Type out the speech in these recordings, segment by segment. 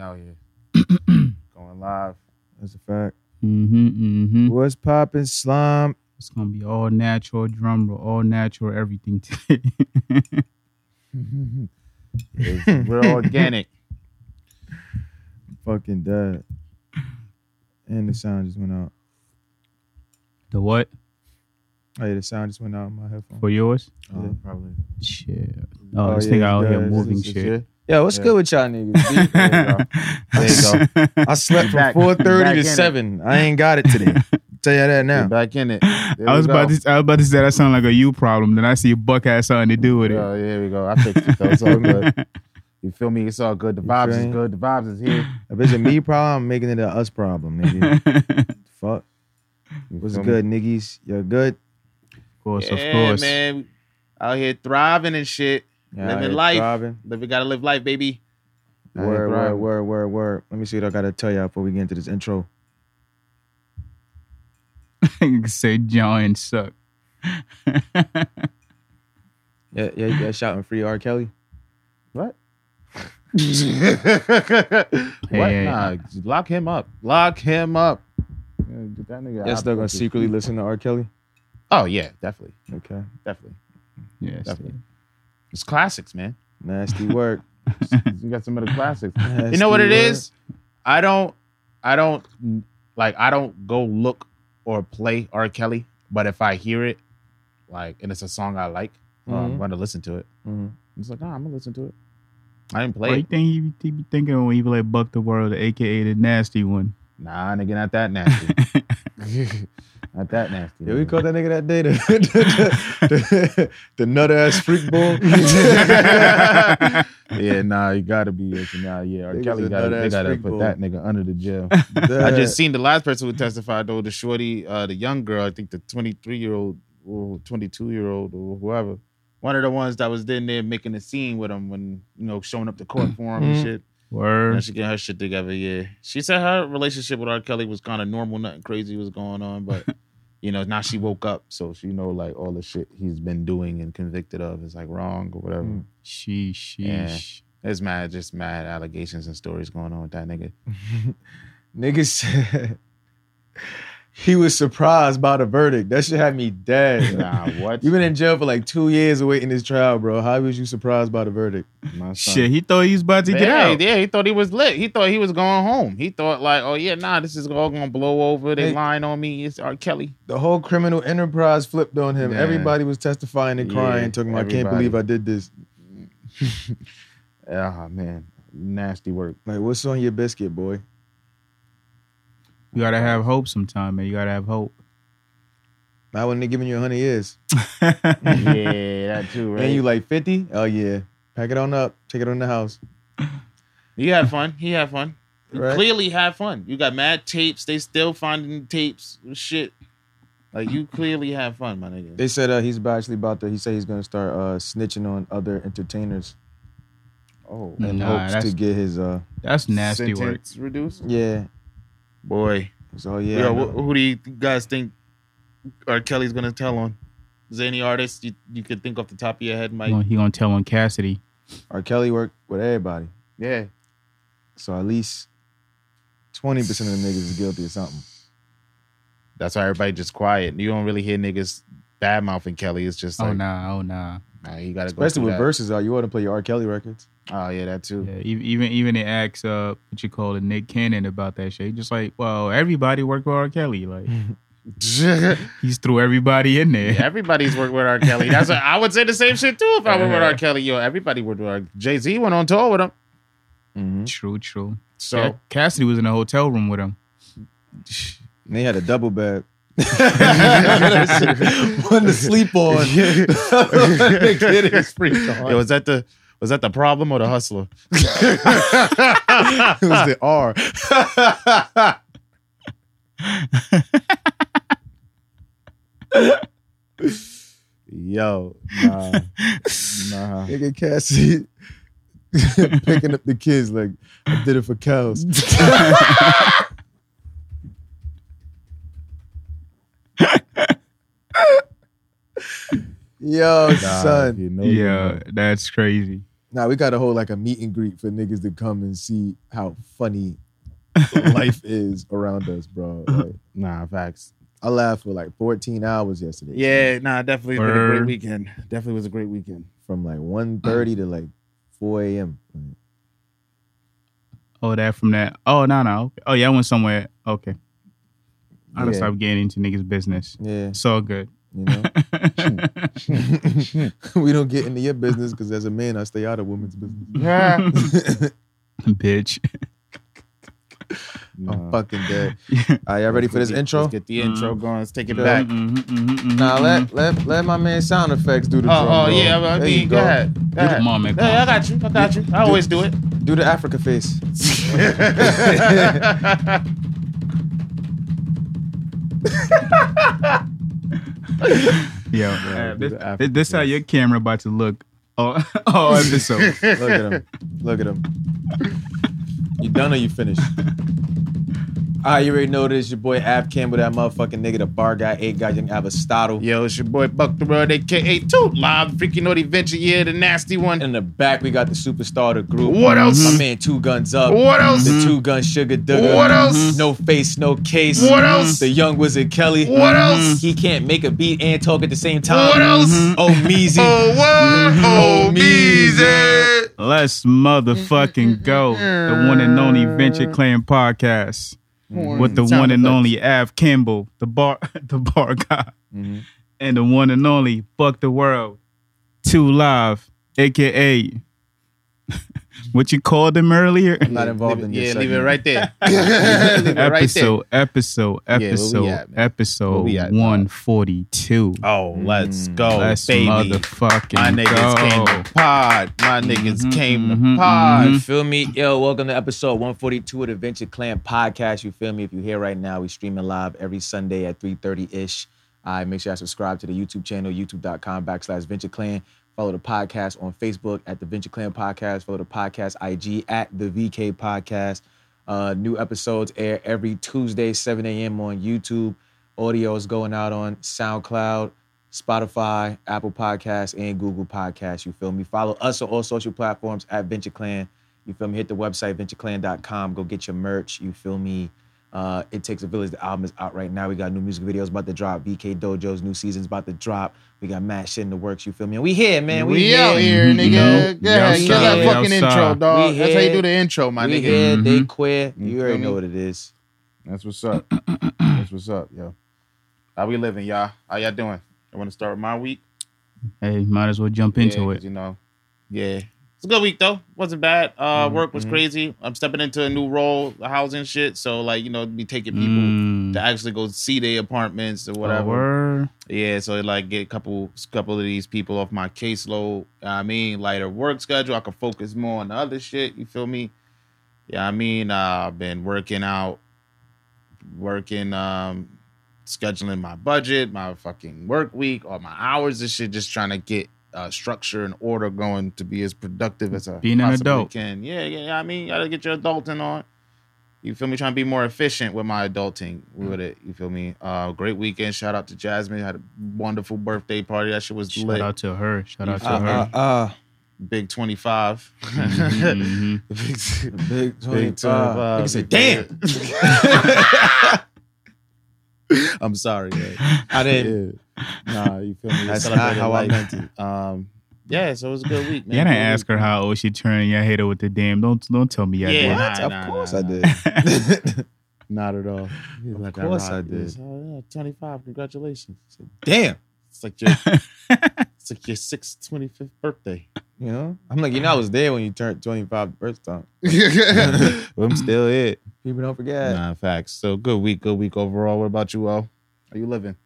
out here. Going live. That's a fact. Mm-hmm. Mm-hmm. What's popping, slime? It's gonna be all natural drum roll, all natural everything today. It's real organic. Fucking dead. And the sound just went out. the what Hey, the sound just went out in my headphone. for yours? Yeah. Oh, probably. Shit. Oh, Oh, this yeah, nigga out yeah, here this moving is This shit. is it. Yeah, what's Yeah. good with y'all niggas? B? There you go. I slept from Back- four back thirty in to it. seven. I ain't got it today. Tell you that We're now. back in it. There I was we about go. to I was about to say that sound like a you problem. Then I see a buck has something to do with it. Oh, yeah, here we go. I fixed it though. It's all good. You feel me? It's all good. The You vibes feel is me? good. The vibes is here. If it's a me problem, I'm making it a us problem, nigga. Fuck. You What's feel me? good, niggas? You're good. of course, yeah, of course. man. Out here thriving and shit. Yeah, Living I ain't life. thriving. But we gotta live life, baby. I ain't Word, word, thriving. word, word, word. Let me see what I gotta tell y'all before we get into this intro. say John suck. Yeah, yeah, yeah. Shouting free R. Kelly. What? what? Hey. Nah, lock him up. Lock him up. Yeah, get that nigga Yeah, out still of fucking- gonna secretly listen to R. Kelly. Oh yeah, definitely, Okay. definitely. Yes. Definitely. It's classics, man. Nasty work. You got some of the classics. Nasty you know what it work. is? I don't, I don't like. I don't go look or play R. Kelly, but if I hear it, like, and it's a song I like, uh, I'm Mhm. going to listen to it. Mhm. It's like, nah, I'm gonna listen to it. I didn't play What do you it. think he be, he be thinking when he be like Buck the World, aka the nasty one? Nah, nigga, not that nasty. not that nasty. Yeah, we nigga. called that nigga that day the the, the, nut ass freak ball. yeah, nah, you gotta be. it's- Nah, yeah, R. Nigga's Kelly a gotta, they nut-ass gotta freak put boy. that nigga under the jail. I just seen the last person who testified though, the shorty, uh, the young girl, I think the 23 year old or 22 year old or whoever, one of the ones that was in there making a scene with him when you know showing up to court for him and Mhm. shit. Now Word. she getting her shit together. Yeah, she said her relationship with R. Kelly was kind of normal, nothing crazy was going on, but you know now she woke up, so she know like all the shit he's been doing and convicted of is like wrong or whatever. Mm. Sheesh. sheesh. There's mad, just mad allegations and stories going on with that nigga. Niggas said he was surprised by the verdict. That shit had me dead. Nah, what? you been in jail for like two years awaiting this trial, bro. How was you surprised by the verdict? My son. Shit, he thought he was about to get yeah, out. yeah, he thought he was lit. He thought he was going home. He thought like, oh yeah, nah, this is all gonna blow over. They Hey. lying on me. It's R. Kelly. The whole criminal enterprise flipped on him. Yeah. Everybody was testifying and crying, Yeah, talking about, I can't everybody. believe I did this. Ah man, nasty work. Like, what's on your biscuit, boy? You gotta have hope sometime, man. You gotta have hope. I wouldn't have given you 100 years. yeah, that too. Right. And you you, like 50? Oh, yeah. Pack it on up. Take it on the house. had fun. He had fun. You Right. Clearly had fun. You got mad tapes. They still finding tapes. Shit. Like you clearly had fun, my nigga. They said uh, he's about- actually about to, he said he's going to start uh, snitching on other entertainers oh, Mm. in Nah, hopes to that's- get his, uh, That's nasty work. sentence reduced. yeah. Boy, So, yeah. I yo, know. wh- who do you guys think R. Kelly's gonna tell on? Is there any artist you, you could think off the top of your head, Mike? He gonna- He gonna tell on Cassidy. R. Kelly worked with everybody. Yeah. So at least 20% of the niggas is guilty of something. That's why everybody just quiet. You don't really hear niggas bad mouthing Kelly. It's just like, oh nah, oh nah. nah, you gotta Especially go with through verses out. You want to play your R. Kelly records. that. Oh yeah, that too. Yeah, e- even even it asks uh what you call it Nick Cannon about that shit. He Just like, well, everybody worked with R. Kelly. Like he's threw everybody in there. Everybody's worked with R. Kelly. That's what, I would say the same shit too if I worked with R. Kelly. Yo, everybody worked with R. Jay Z went on tour with him. Mm-hmm. True, true. So Yeah, Cassidy was in a hotel room with him. And they had a double bed. One to sleep on. The kid is freaked Yo, was that the was that the problem or the hustler? It was the R. Yo, nah, nah. Nigga Cassie picking up the kids like I did it for cows. Yo, Nah, son. you know you yeah, that's crazy. Nah, we gotta hold like a meet and greet for niggas to come and see how funny life is around us, bro. Like, Nah, facts. I laughed for like 14 hours yesterday. Yeah, nah, definitely been a great Word. weekend. Definitely was a great weekend. From like 1.30 to like 4 a.m. Oh, that from that. Oh, no, no. Oh, yeah, I went somewhere. Okay. I done Yeah. stopped getting into niggas' business. Yeah, It's all good. you know. we don't get into your business because as a man, I stay out of women's business. Yeah. Bitch. I'm fucking dead. Are y'all ready for Let's this get- intro? Let's get the intro going. Let's take it Yeah. back. Mhm, mhm, mhm, Nah, mhm. let let let my man sound effects do the drum. Oh, oh bro. yeah. I There mean, you go. ahead. Go ahead. Come on, man. Come Hey, I on. got you. I got you. I always do it. Do the Africa face. Yo, Yeah, mm-hmm. this, the African this, this how your camera about to look all, all episode. Look at him. Look at him. You done or you finished? All right, you already know this. Your boy Ab Campbell, that motherfucking nigga, the bar guy, eight guy, young Aristotle. Yo, it's your boy Buck the Road, aka Toot Live, freaking naughty venture. Yeah, the nasty one. In the back, we got the superstar of the group. What else? My man, Two Guns Up. What else? The Two Gun Sugar Dugger. Mm-hmm. What else? No face, no case. Mm-hmm. What else? The Young Wizard Kelly. Mm-hmm. What else? He can't make a beat and talk at the same time. What else? Oh, Meezy. Oh, what? Oh, Meezy. Let's motherfucking go. The one and only Venture Clan podcast with the Sound one and effects. only Av Campbell, the bar, the bar guy, Mm-hmm. and the one and only Buck the World, Two Live, aka what you called him earlier. I'm not involved in Leave it- this. Yeah, leave it segment. right there. leave it right there. episode, episode, where we episode, at, man? Where episode we at, dog? one forty two. Oh, let's go, Let's baby. motherfucking My niggas go. came to pod. My niggas Mhm, came to mhm, pod. You feel me? Yo, welcome to episode 142 of the Venture Clan podcast. You feel me? If you're here right now, we streaming live every Sunday at 3.30-ish. I make sure I subscribe to the YouTube channel, youtube.com backslash Venture Clan. Follow the podcast on Facebook at the Venture Clan Podcast. Follow the podcast IG at the VK Podcast. Uh, new episodes air every Tuesday, 7 a.m. on YouTube. Audio is going out on SoundCloud, Spotify, Apple Podcasts, and Google Podcasts. You feel me? Follow us on all social platforms at Venture Clan. You feel me? Hit the website, ventureclan.com. Go get your merch. You feel me? Uh, it Takes a Village. The album is out right now. We got new music videos about to drop. BK Dojo's new season's about to drop. We got mad shit in the works. You feel me? And we here, man. We, we here. out here, Mhm. nigga. You know, yeah, we you got outside, that we fucking outside. intro, dog. We That's how you here. do the intro, my we nigga. here. They Mm-hmm. Mhm. queer. You You feel already me? know what it is. That's what's up. That's what's up, yo. How we living, y'all? How y'all doing? I want to start with my week. Hey, might as well jump Yeah, into 'cause, it. You know, yeah. It's a good week though. Wasn't bad. Uh, work was Mhm. crazy. I'm stepping into a new role, the housing shit. So like, you know, be taking people Mm. to actually go see their apartments or Oh, whatever. word. Yeah, so like get a couple couple of these people off my caseload. I mean, lighter work schedule. I can focus more on the other shit. You feel me? Yeah, I mean, uh, I've been working out, working, um, scheduling my budget, my fucking work week, all my hours and shit. Just trying to get uh, structure and order going to be as productive as I Being an possibly adult. can. Yeah, yeah. I mean, gotta get your adulting on. You feel me? Trying to be more efficient with my adulting Mm. with it. You feel me? Uh, great weekend. Shout out to Jasmine. Had a wonderful birthday party. That shit was Shout lit. out to her. Shout out to Uh, her. uh. Big twenty five. Mhm, Big Mm-hmm. Big uh, Big 25. twenty-five. Nigga said, damn. I'm sorry. man. I didn't. Yeah. Nah, you feel me? We That's not celebrated how I life. meant it. Um, yeah, so it was a good week, man. Yeah, I didn't Good ask week. her how old she turned. Y'all hit her with the damn. Don't don't tell me y'all Yeah. Nah, What? did. nah, of course nah, I nah. did. Not at all. He was like, course rock I this. did. Oh, yeah, twenty five. Congratulations. I said, damn. It's like your it's like your sixth twenty fifth birthday. You know? I'm like, you know, I was there when you turned 25 the first time. I'm still it. People don't forget. Nah, facts. So good week, good week overall. What about you, all? Are you living?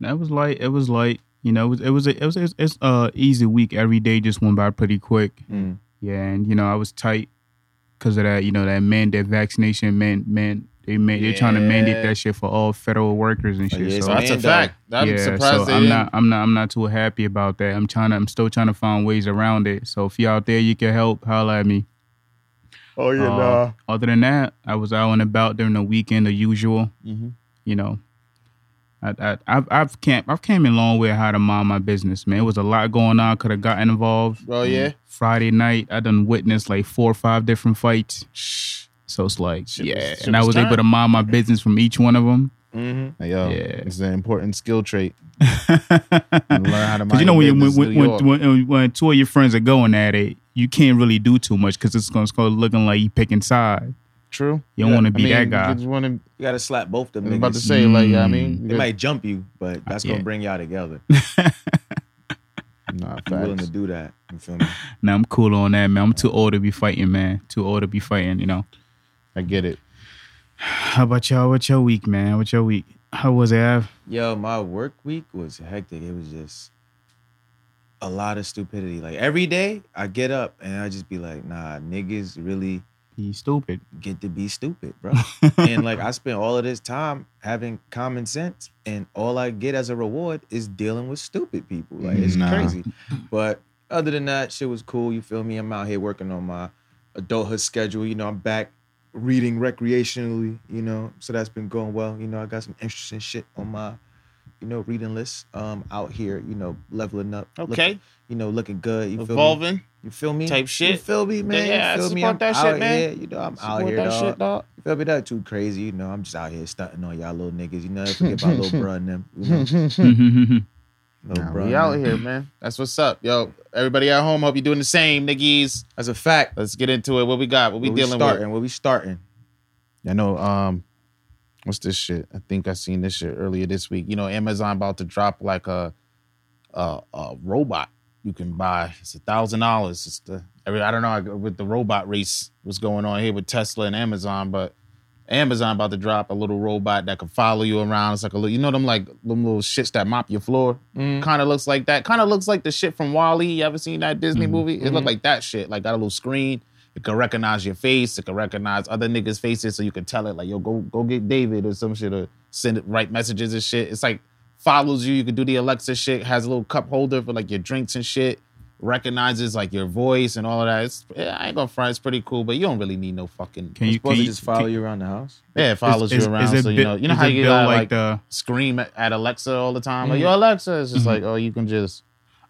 That was like it was like you know it was it was a, it was it's, it's uh easy week. Every day just went by pretty quick. Mm. Yeah, and you know I was tight because of that. You know that man that vaccination man man they man, they're trying to Yeah. mandate that shit for all federal workers and Oh, shit. yeah, so so that's a Orlando. fact. I'm surprised so they I'm didn't- not, I'm not, I'm not too happy about that. I'm trying to, I'm still trying to find ways around it. So if you out there, you can help. Holla at me. Oh yeah, Uh, nah. Mm-hmm. Other than that, I was out and about during the weekend, the usual. Mhm. You know, I, I I've I've came I've came a long way how to mind my business, man. It was a lot going on. Could have gotten involved. Oh, yeah? Friday night, I done witnessed like four or five different fights. Shh. So it's like, Shit was- yeah, shit and I was was tight. able to mind my business from each one of them. Mm-hmm. Yo, Yeah. it's an important skill trait. Learn Because how to mind you know your when, you, when, business in when, New York. when, when when two of your friends are going at it, you can't really do too much because it's going to start looking like you picking side. True. You don't wanna be that guy. You just want to. You gotta slap both of I them. was about to niggas. say, like, I Mm. mean, They might jump you, but that's Yeah. gonna bring y'all together. nah, I'm willing to facts. do that. You feel me? Now I'm cool on that, man. I'm too old to be fighting, man. Too old to be fighting, you know. I get it. How about y'all? What's your week, man? What's your week? How was it? Av? Yo, my work week was hectic. It was just a lot of stupidity. Like every day, I get up and I just be like, nah, niggas really You stupid. get to be stupid, bro. and like I spent all of this time having common sense, and all I get as a reward is dealing with stupid people. Like it's Nah. crazy. But other than that, shit was cool. You feel me? I'm out here working on my adulthood schedule. You know, I'm back reading recreationally. You know, so that's been going well. You know, I got some interesting shit on my. You know, reading list. Um, out here, you know, leveling up. Okay. looking- you know, looking good. You feel me? Evolving. You feel me? Type You shit. feel me, man? Yeah, you feel me? support I'm that out shit, man. here. You know, I'm out Support here, that dog. shit, dog. You feel me? That too crazy. You know, I'm just out here stunting on y'all little niggas. You know, forget about little bruh and them. You know, little Nah, bruh we and out them. here, man. That's what's up, yo. Everybody at home, hope you're doing the same, niggies. That's a fact. Let's get into it. What we got? What we Where dealing starting? with? Where we starting? I know. Um, what's this shit? I think I seen this shit earlier this week. You know, Amazon about to drop like a a, a robot you can buy. It's a thousand dollars. It's the every I don't know like, with the robot race what's going on here with Tesla and Amazon, but Amazon about to drop a little robot that can follow you around. It's like a little, you know them like them little shits that mop your floor. Kind of looks like that. Kind of looks like the shit from Wally. You ever seen that Disney Mhm. movie? It Mhm. looked like that shit. Like got a little screen. It can recognize your face. It can recognize other niggas' faces, so you can tell it like, yo, go go get David or some shit, or send it right messages and shit. It's like follows you. You can do the Alexa shit. Has a little cup holder for like your drinks and shit. Recognizes like your voice and all of that. It's, yeah, I ain't gonna front. It's pretty cool, but you don't really need no fucking. Can You you? Can supposed you to just follow you around the house? yeah, it follows you around. so you know, you know how you gotta, like, Mm-hmm. the scream at, at Alexa all the time. Like Mhm. yo, Alexa. It's just Mhm. like oh, you can just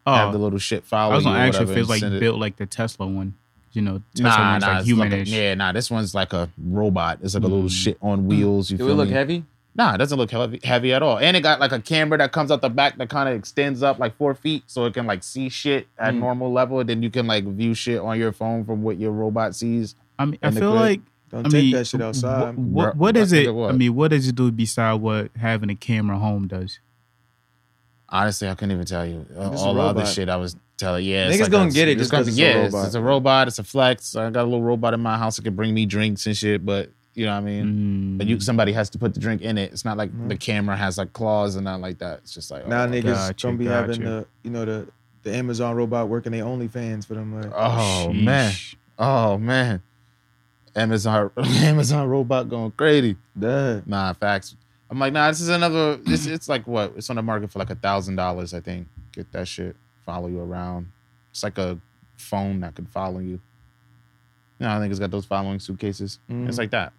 oh, have the little shit follow I was you. gonna or ask you whatever if it's and like send it- built like the Tesla one. You know, Tesla Nah, one's nah, like it's like a- humanish. yeah, nah. This one's like a robot. It's like a little Mm. shit on wheels. You Do feel it look me? heavy? Nah, it doesn't look heavy, heavy at all. And it got like a camera that comes out the back that kind of extends up like four feet, so it can like see shit at Mm. normal level. Then you can like view shit on your phone from what your robot sees. I mean, I in the feel crib. like Don't I take mean, that shit outside. wh- wh- Ru- what is I it? think it was. I mean, what does it do beside what having a camera home does? Honestly, I couldn't even tell you Uh, It's a all the other robot. shit I was telling. Yeah, Niggas gonna a- get it it's just gonna- 'cause it's a yeah, it's- robot. It's a robot. It's a flex. I got a little robot in my house that can bring me drinks and shit. But you know what I mean. Mm. But you somebody has to put the drink in it. It's not like Mhm. the camera has like claws and not like that. It's just like oh, now my niggas God. gotcha, gonna be having gotcha. the you know the the Amazon robot working their OnlyFans for them. Like, Oh man. Sheesh. Oh man. Amazon Amazon robot going crazy. duh. Nah, facts. I'm like, nah, this is another this it's like what? It's on the market for like a thousand dollars, I think. Get that shit. Follow you around. It's like a phone that could follow you. You know, I think it's got those following suitcases. It's Mm. Mhm. like that.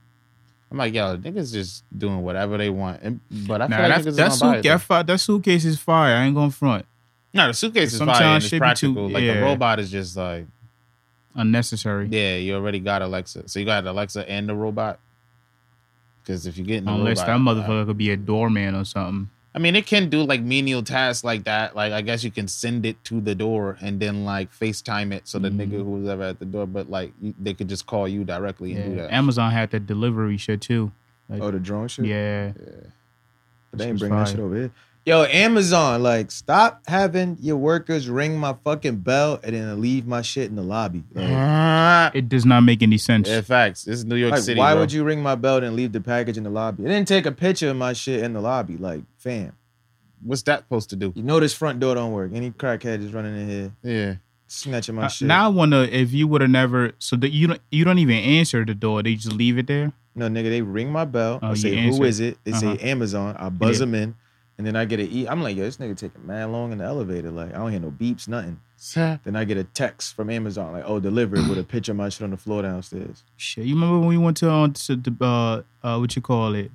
I'm like, yo, niggas just doing whatever they want. And, but I feel Nah, like that, niggas is that, gonna buy it, suitcase, though. that, fi- that suitcase is fire. I ain't gonna front. No, the suitcase is Sometimes fire and it's shit be too- practical. like yeah. the robot is just like, Unnecessary. yeah, you already got Alexa, so you got Alexa and the robot. Because if you're getting the Unless that robot, motherfucker could be a doorman or something. I mean, it can do like menial tasks like that. Like I guess you can send it to the door and then like FaceTime it, so the Mhm. nigga who was ever at the door, but like you- they could just call you directly and do Yeah. that. Amazon had that delivery shit too. Oh, the drone shit. Yeah. They Shit ain't bringing was that fire. shit over here. Yo, Amazon, like, stop having your workers ring my fucking bell and then leave my shit in the lobby. Like, It does not make any sense. Yeah, facts. This is New York like, City. why bro. would you ring my bell and leave the package in the lobby? And then take a picture of my shit in the lobby. Like, fam, What's that supposed to do? you know this front door don't work. Any crackhead is running in here, Yeah. snatching my Uh, shit. now I wonder if you would have never so that you don't you don't even answer the door. They just leave it there. No, nigga, they ring my bell. Oh, I you say, answer. who is it? They Uh-huh. say Amazon. I buzz Yeah. them in, and then I get an E. I'm like, yo, this nigga taking mad long in the elevator. Like, I don't hear no beeps, nothing. Then I get a text from Amazon, like, oh, delivered with a picture of my shit on the floor downstairs. um, Shit. You remember when we went to on to the uh, uh what you call it?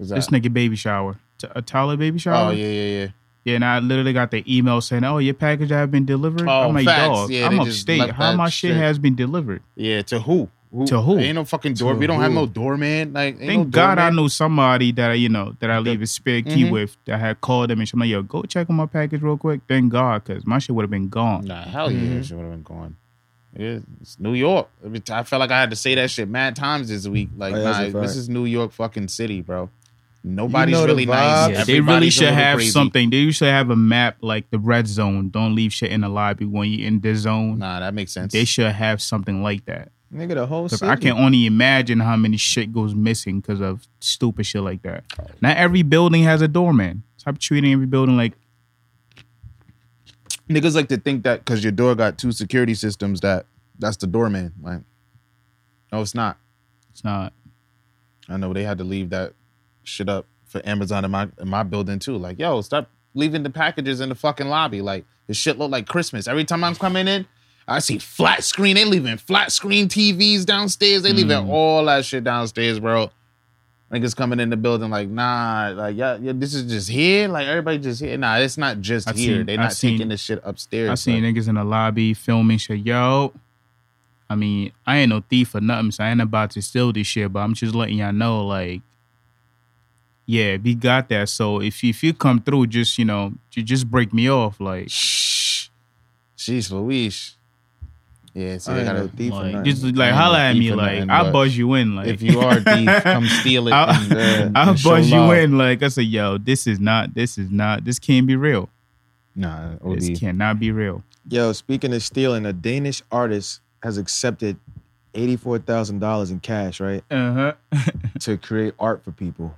Was This nigga baby shower. T- a Tyler baby shower? Oh yeah, yeah, yeah. Yeah, and I literally got the email saying, "Oh, your package have been delivered." Oh, I'm like, facts. "Dog, Yeah, I'm they just upstate. left How that my shit, shit. has been delivered?" Yeah, to who? To who? Ain't no fucking door. To we don't have who? no doorman. Like, ain't Thank no God I doorman. know somebody that I, you know, that I leave a spare key Mhm. with. That had called them and she's like, "Yo, go check on my package real quick." Thank God, because my shit would have been gone. Nah, hell yeah, Mm-hmm. Mhm. that shit would have been gone. Yeah, It's New York. I mean, I felt like I had to say that shit mad times this week. Like, Oh, yeah, that's a nah, fact. this is New York fucking city, bro. Nobody's know the really nice. vibes. Yeah, they really Everybody's a should little have crazy. something. They should have a map like the red zone. Don't leave shit in the lobby when you in this zone. Nah, that makes sense. They should have something like that. Nigga, the whole 'Cause city. I can only imagine how many shit goes missing because of stupid shit like that. Oh, Not every building has a doorman. Stop treating every building like Niggas like to think that because your door got two security systems that that's the doorman. Like, no, it's not. it's not. I know they had to leave that shit up for Amazon in my in my building too. Like, yo, stop leaving the packages in the fucking lobby. Like, this shit look like Christmas. Every time I'm coming in, I see flat screen. They leaving flat screen TVs downstairs. They leaving Mm. all that shit downstairs, bro. Niggas coming in the building like, nah, like yeah, yeah, this is just here. Like everybody just here. Nah, it's not just I've here. seen- they I've not taking seen- this shit upstairs. I seen like, niggas in the lobby filming shit. Yo, I mean, I ain't no thief or nothing, so I ain't about to steal this shit. But I'm just letting y'all know, like, yeah, we got that. So if you, if you come through, just you know, ju- just break me off, like, Shh. Sheesh Louise. Yeah, so I they ain't no gotta thief or Uh, like nothing. just like ain't no holla at thief me, or like nothing, I but buzz you in, like if you are a thief, come steal it. I- and, uh, and I'll show buzz you love. in, like I say, yo, this is not, this is not, this can't be real. Nah, This OD. cannot be real. Yo, speaking of stealing, a Danish artist has accepted eighty-four thousand dollars in cash, right, Uh huh. to create art for people,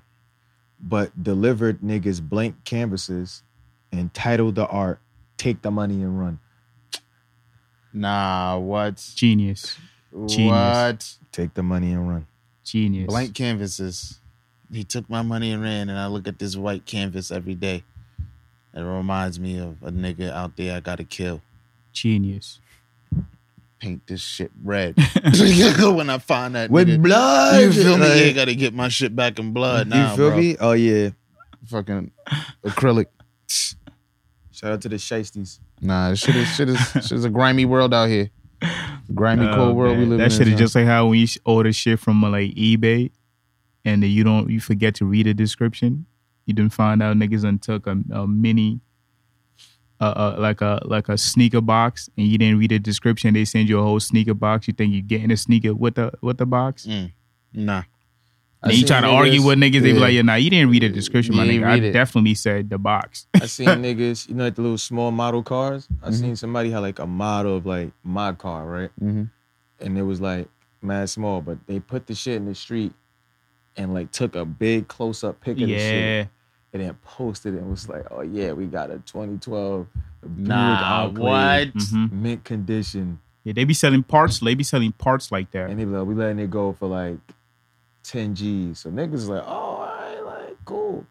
but delivered niggas blank canvases and titled the art "Take the Money and Run." Nah, what? Genius, What? Genius. Take the money and run. genius. Blank canvases. He took my money and ran, and I look at this white canvas every day. It reminds me of a nigga out there I gotta kill. genius. Paint this shit red. when I find that nigga. blood, You feel me? Yeah, gotta get my shit back in blood now, you feel bro. me? Oh yeah. Fucking acrylic. Shout out to the Shiesties. Nah, this shit is shit is shit is a grimy world out here. Grimy Oh, cold world we man. live in. That shit is son. just like how when you sh- order shit from uh, like eBay, and then you don't you forget to read the description. You didn't find out niggas untook a, a mini, uh, uh, like a like a sneaker box, and you didn't read the description. They send you a whole sneaker box. You think you're getting a sneaker with the with the box. Mm. Nah. I And you seen try to argue niggas- with niggas, they be Yeah. like, "Yeah, nah, you didn't read the description, my You ain't nigga. I read it." definitely said the box." I seen niggas, you know, like the little small model cars. I Mm-hmm. seen somebody had like a model of like my car, right? Mm-hmm. And it was like mad small, but they put the shit in the street and like took a big close up pic of the shit yeah, and then posted it and was like, oh yeah, we got a 2012 Buick Nah, Enclave, what? Mhm. mint condition. yeah. They be selling parts. They be selling parts like that. And they be like, we letting it go for like 10 G's. So niggas is like, oh, all right, like, cool.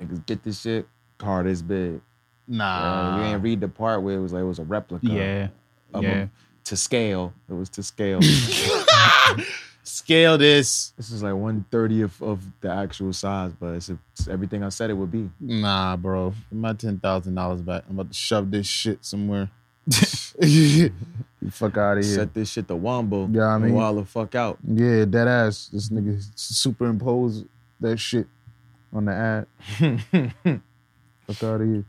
Niggas get this shit, car this big. Nah. Uh, we Ah. didn't read the part where it was like it was a replica. Yeah, of yeah. a- to scale. It was to scale. this Scale this. is like one thirtieth of the actual size, but it's, it's everything I said it would be. Nah, bro. Give My ten thousand dollars back. I'm about to shove this shit somewhere. you fuck out of here. Set this shit to Wombo. Yeah, I mean- and wild the fuck out. yeah, dead ass. This nigga superimpose that shit on the ad. Fuck out of here.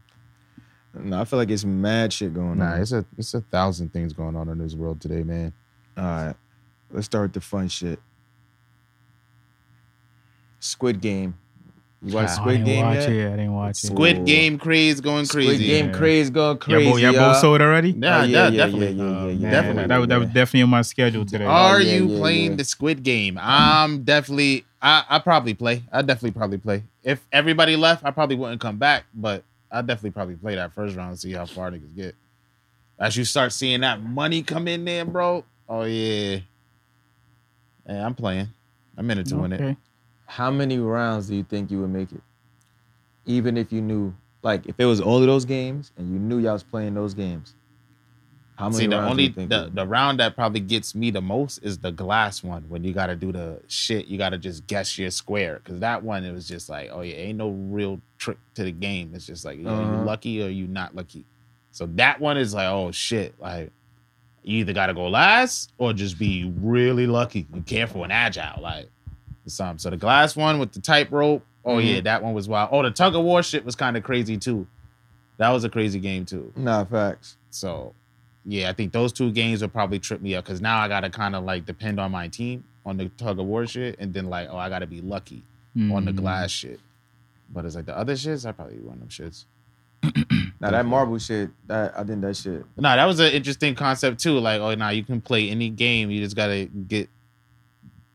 No, I feel like it's mad shit going Nah, on. it's a it's a thousand things going on in this world today, man. All right, let's start the fun shit. Squid Game. You watch Ah, I Squid didn't Game watch yet? it. I didn't watch it. Squid Ooh. Game craze going Squid Game Yeah. craze going Y'all crazy. both, y'all both y'all. sold already? Nah, yeah, Oh, yeah, yeah, definitely. yeah, yeah, yeah, Man, yeah. Definitely. uh, That, was- that was Yeah. definitely on my schedule today. Are Oh, yeah, you yeah, playing yeah. the Squid Game? I'm definitely. I I probably play. I definitely probably play. If everybody left, I probably wouldn't come back. But I definitely probably play that first round and see how far niggas get. As you start seeing that money come in there, bro. Oh yeah. Hey, I'm playing. I'm in it to win it. Okay. How many rounds do you think you would make it? Even if you knew, like, if it was all of those games and you knew y'all was playing those games, How many See, the rounds only do you think? the, the round that probably gets me the most is the glass one when you got to do the shit. You got to just guess your square because that one it was just like, oh yeah, ain't no real trick to the game. It's just like, are Uh-huh. you lucky or you not lucky? So that one is like, oh shit, like you either got to go last or just be really lucky and careful and agile, like some. So the glass one with the tightrope, oh Mhm. yeah, that one was wild. Oh, the tug of war shit was kind of crazy too. That was a crazy game too. nah, facts. So, yeah, I think those two games will probably trip me up because now I gotta kind of like depend on my team on the tug of war shit, and then like, oh, I gotta be lucky on the Mm. glass shit. But it's like the other shits, I probably won them shits. Now that marble shit, that I think that shit. No, that was an interesting concept too. Like, oh, now you can play any game. You just gotta get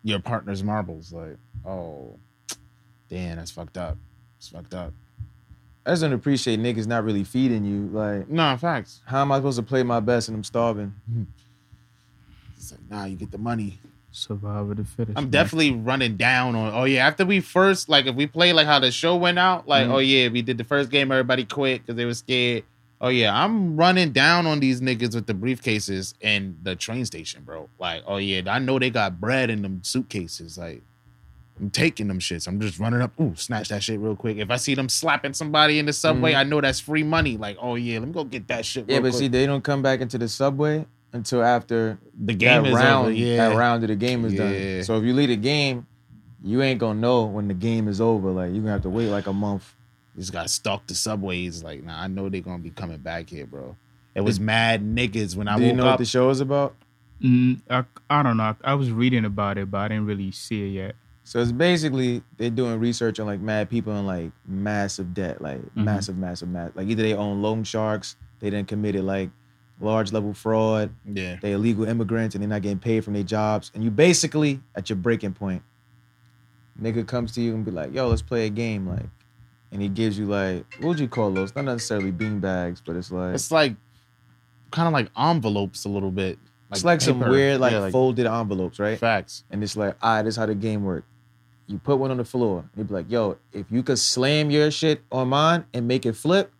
your partner's marbles. Like, oh, damn, that's fucked up. It's fucked up. I just don't appreciate niggas not really feeding you. Like, No, facts. how am I supposed to play my best and I'm starving? It's like, nah, you get the money. Survivor of the fittest. I'm man. definitely running down on. Oh yeah, after we first like if we play like how the show went out, like Mhm. oh yeah, we did the first game, everybody quit because they were scared. Oh yeah, I'm running down on these niggas with the briefcases and the train station, bro. Like oh yeah, I know they got bread in them suitcases. Like I'm taking them shits. I'm just running up. Ooh, snatch that shit real quick. If I see them slapping somebody in the subway, Mhm. I know that's free money. Like oh yeah, let me go get that shit. Yeah, real but quick. see, they don't come back into the subway until after the game that is round, over. Yeah, that round of the game is Yeah. done. So if you lead a game, you ain't gonna know when the game is over. Like you're gonna have to wait like a month. You just gotta stalk the subways. Like, nah, I know they're gonna be coming back here, bro. It was mad niggas when I Do woke you know up. what the show is about? Mm, I, I don't know. I, I was reading about it, but I didn't really see it yet. So it's basically they're doing research on like mad people in like massive debt, like Mm-hmm. massive, massive, massive. Like either they own loan sharks, they done committed like large level fraud, yeah, they illegal immigrants, and they're not getting paid from their jobs. And you basically at your breaking point, nigga comes to you and be like, "Yo, let's play a game," like, and he gives you like, what would you call those? Not necessarily bean bags, but it's like it's like kind of like envelopes a little bit. it's like some paper. weird like, Yeah, folded envelopes, right? facts. and it's like, all right, this is how the game work. You put one on the floor, and you be like, yo, if you could slam your shit on mine and make it flip,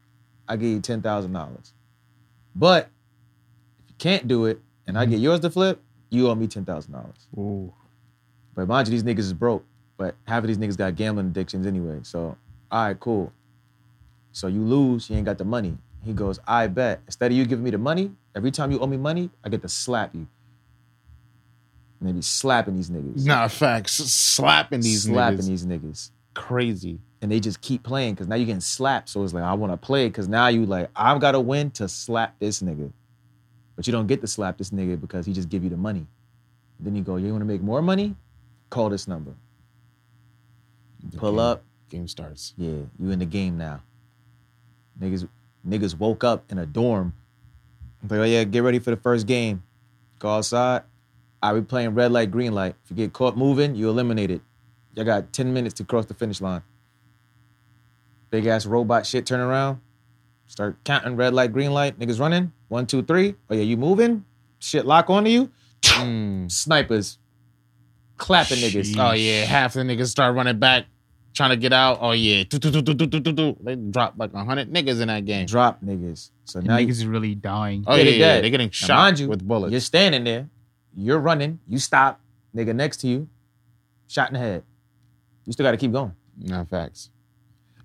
I give you ten thousand dollars. But if you can't do it, and Mm-hmm. I get yours to flip, you owe me ten thousand dollars. Ooh. But mind you, these niggas is broke. But half of these niggas got gambling addictions anyway. So, all right, cool. So you lose, you ain't got the money. He goes, I bet. Instead of you giving me the money, every time you owe me money, I get to slap you. And they be slapping these niggas Nah, facts. Slapping these slapping niggas. these niggas. Crazy. And they just keep playing because now you're getting slapped. So it's like, I want to play because now you like, I've got to win to slap this nigga. But you don't get to slap this nigga because he just give you the money. Then you go, you want to make more money? Call this number. Pull Game- up. Game starts. Yeah, you in the game now. Niggas, niggas woke up in a dorm. I'm like, oh yeah, get ready for the first game. Go outside. I be playing red light, green light. If you get caught moving, you eliminated. Y'all got 10 minutes to cross the finish line. Big ass robot shit turn around. Start counting red light, green light. Niggas running. One, two, three. Oh yeah, you moving? Shit lock onto you. Mm. Snipers. Clapping niggas. Sheesh. Oh yeah, half the niggas start running back, trying to get out. Oh yeah, do, do, do, do, do, do, do, do. they dropped like hundred niggas in that game. Drop niggas. So now you niggas is really dying. Oh Yeah, yeah, they yeah, yeah. dead. they're getting Now, shot mind you, with bullets. You're standing there, you're running, you stop, nigga next to you, shot in the head. You still gotta keep going. Nah, facts.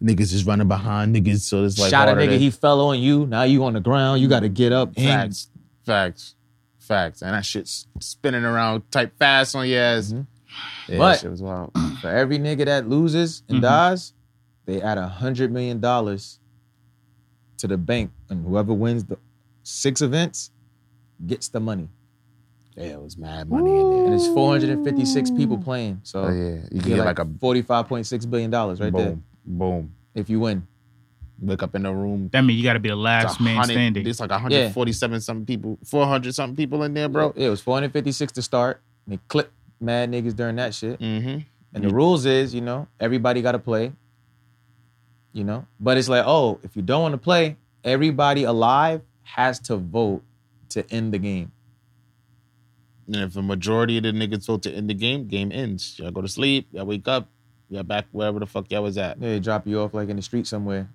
Niggas is running behind niggas, so it's like shot a harder nigga, to- he fell on you, now you on the ground, you gotta get up. and- Facts, facts, facts, and that shit's spinning around type fast on your ass. Mhm. Yeah, But- shit was wild. For every nigga that loses and Mm-hmm. Mhm. dies, they add a hundred million dollars to the bank, and whoever wins the six events gets the money. Yeah, it was mad money in And there. it's 456 people playing. So Oh yeah, you you get like, a $45.6 billion dollars right boom, there boom. if you win. Wake up in the room. That means you got to be the it's last a man hundred- standing. It's like 147 something people, 400 something people in there, bro. Yeah, it was 456 to start. And they clipped mad niggas during that shit. Mm-hmm. And the rules is, you know, everybody got to play. You know, but it's like, oh, if you don't want to play, everybody alive has to vote to end the game. And if the majority of the niggas vote to end the game, game ends. Y'all go to sleep. Y'all wake up. Y'all back wherever the fuck y'all was at. They drop you off like in the street somewhere.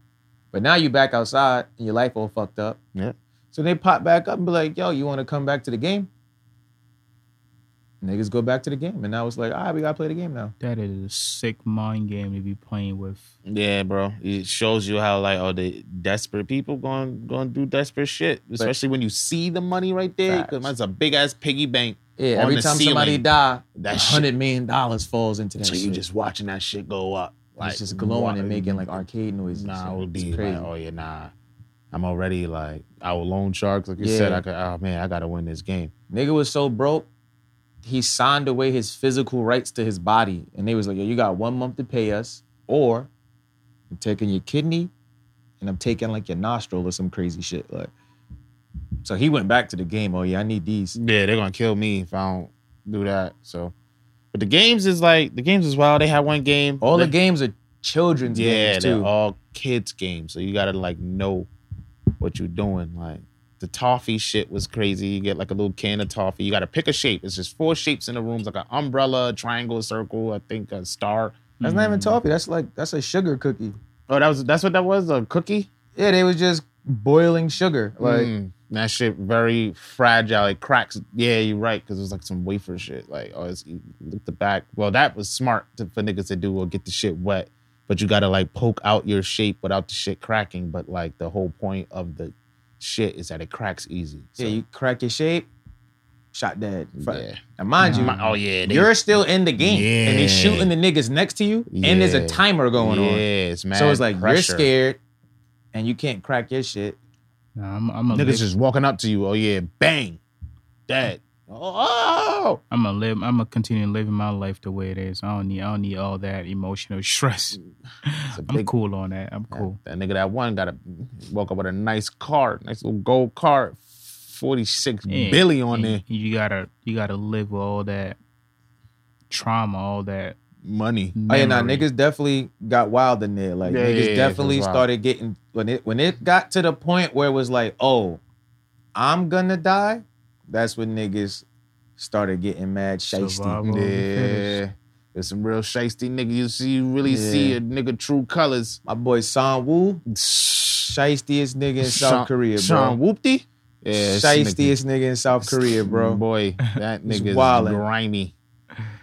But now you back outside and your life all fucked up. Yeah. So they pop back up and be like, yo, you want to come back to the game? Niggas go back to the game. And now it's like, all right, we got to play the game now. That is a sick mind game to be playing with. Yeah, bro. It shows you how like all the desperate people going going to do desperate shit, especially when you see the money right there. Because Facts. that's a big ass piggy bank. Yeah, On every the time somebody ceiling. die, That hundred million dollars falls into that. So you shit. just watching that shit go up. it's just glowing what- and making like arcade noises. Nah, I and would shit. be It's crazy. like, oh yeah, nah. I'm already like I would loan sharks, like you Yeah. said. I could, oh man, I gotta win this game. Nigga was so broke, he signed away his physical rights to his body, and they was like, "Yo, you got one month to pay us, or I'm taking your kidney, and I'm taking like your nostril or some crazy shit." Like, so he went back to the game. Oh yeah, I need these. Yeah, they're gonna kill me if I don't do that. So, but the games is like the games is wild. They had one game. All the They- games are children's Yeah, games they're too. all kids games. So you gotta like know what you're doing. Like the toffee shit was crazy. You get like a little can of toffee. You gotta pick a shape. It's just four shapes in the rooms, like an umbrella, triangle, circle. I think a star. that's not even Mm. Mm. toffee. That's like that's a sugar cookie. Oh, that was that's what that was. A cookie. Yeah, they was just boiling sugar. Like, Mm, that shit very fragile. It cracks. Yeah, you're right. Because it was like some wafer shit. Like, oh, it's you look the back. Well, that was smart to, for niggas to do or get the shit wet. But you gotta like poke out your shape without the shit cracking. But like the whole point of the shit is that it cracks easy. So, yeah, you crack your shape, shot dead. Fr- yeah. Now, mind you, My- oh yeah, they- you're still in the game, and they Yeah. shooting the niggas next to you, and there's a Yeah. timer going yeah, on. it's mad. So it's like pressure. you're scared, and you can't crack your shit. Nah, I'm, I'm a Niggas live, just walking up to you. Oh yeah, bang, dead. Oh, I'm a live, I'm a continue living my life the way it is. I don't need, I don't need all that emotional stress. It's a I'm big- cool on that. I'm cool. That nigga that one got a woke up with a nice car, nice little gold car, forty six Yeah. Billy on And there, Mm. You gotta, you gotta live with all that trauma, all that. money. Oh yeah, now memory. niggas definitely got wild in there. Like Yeah, yeah, niggas yeah, it definitely was wild. started getting when it when it got to the point where it was like, oh, I'm gonna die. That's when niggas started getting mad Survival shiesty. of the fittest. Yeah, there's some real shiesty nigga. You see, you really Yeah. see a nigga true colors. My boy Son Woo, South shiestyest nigga in South Korea, bro. Sean Whoopty. Yeah, this nigga- Mm, Shiestyest nigga in South Korea, bro. Boy, that He's nigga is wildin'. grimy.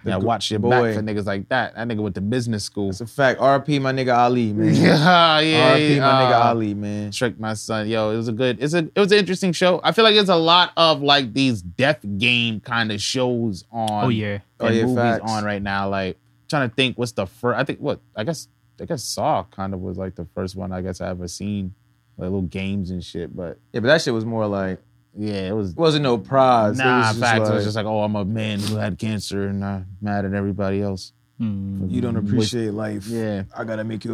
Now gr- watch your boy. back for niggas like that. That nigga went to business school. It's a fact. RP my nigga Ali, man. Yeah, yeah. RP my uh, nigga Ali, man. trick my son. Yo, it was a good. It's a. It was an interesting show. I feel like there's a lot of like these death game kind of shows on. Oh yeah, Oh, and yeah, movies facts. on right now. Like trying to think, what's the first? I think what I guess I guess Saw kind of was like the first one I guess I ever seen, like little games and shit. But Yeah, but that shit was more like yeah, it was. it wasn't no prize. it was Nah, just facts. like, it was just like, oh, I'm a man who had cancer and I'm mad at everybody else. Mm. you don't appreciate life. Yeah. I gotta make you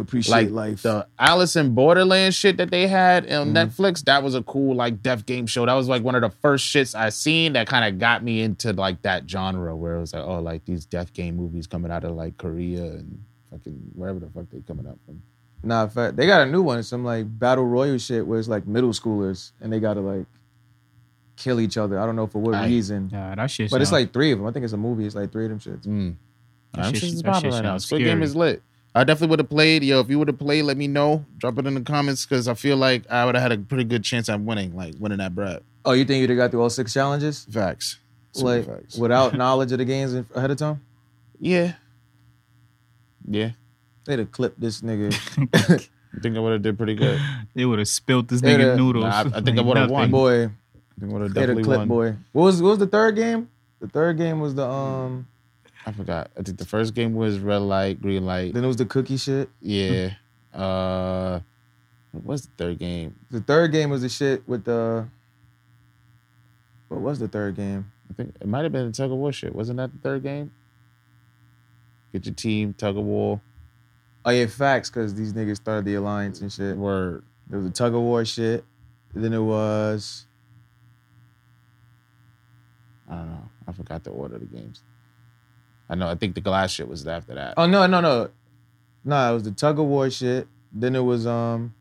Like appreciate life. the Alice in Borderland shit that they had on Mhm. Mm-hmm. Netflix, that was a cool like death game show. That was like one of the first shits I seen that kind of got me into like that genre where it was like, oh, like these death game movies coming out of like Korea and fucking wherever the fuck they coming out from. nah, fact. They got a new one. Some like battle royal shit where it's like middle schoolers and they gotta like kill each other. I don't know for what Aye. reason. Nah, that shit. But it's sound- like three of them. I think it's a movie. It's like three of them shits. Mm. That I'm shit- sure it's that shit popular now. sounds Squid Game scary. is lit. I definitely would have played. Yo, if you would have played, let me know. Drop it in the comments because I feel like I would have had a pretty good chance at winning, like winning that bread. Oh, you think you'd have got through all six challenges? Facts. Super like facts. without knowledge of the games in- ahead of time? Yeah. Yeah. They'd have clipped this nigga. I think I would have did pretty good. they would have spilt this They nigga would've- noodles. Nah, I- I think I Like would've won. nothing. Boy. I think I would have They had a definitely clip won. boy. What was what was the third game? The third game was the um. I forgot. I think the first game was red light, green light. Then it was the cookie shit. Yeah. Uh what was the third game? The third game was the shit with the. What was the third game? I think it might have been the tug of war shit. Wasn't that the third game? Get your team, tug of war, Oh yeah, facts, cause these niggas started the alliance and shit. word. There was a tug of war shit. Then it was I don't know. I forgot the order of the games. I know. I think the glass shit was after that. oh no no no, no it was the tug of war shit. Then it was um.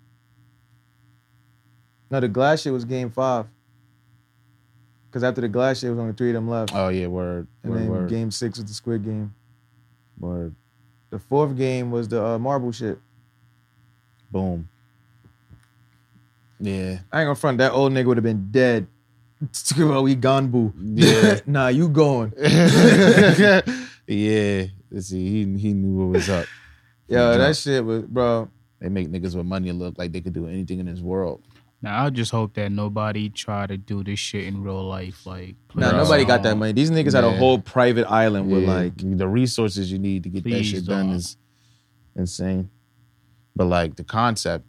No, the glass shit was game five. Cause after the glass shit, it was only three of them left, Oh, yeah, word. and word, then word, game six was the squid game. word. The fourth game was the uh, marble shit. Boom. Yeah. I ain't gonna front. That old nigga would have been dead. Well, we Ganbu. Yeah. nah, you going. yeah. Let's see, he he knew what was up. Yo, that shit was, bro. They make niggas with money look like they could do anything in this world. Now I just hope that nobody try to do this shit in real life. Like, Bro. Nah, please nobody got that don't. money. These niggas had a Yeah. whole private island with Yeah, like, the resources you need to get that Please shit done don't. is insane. But like the concept,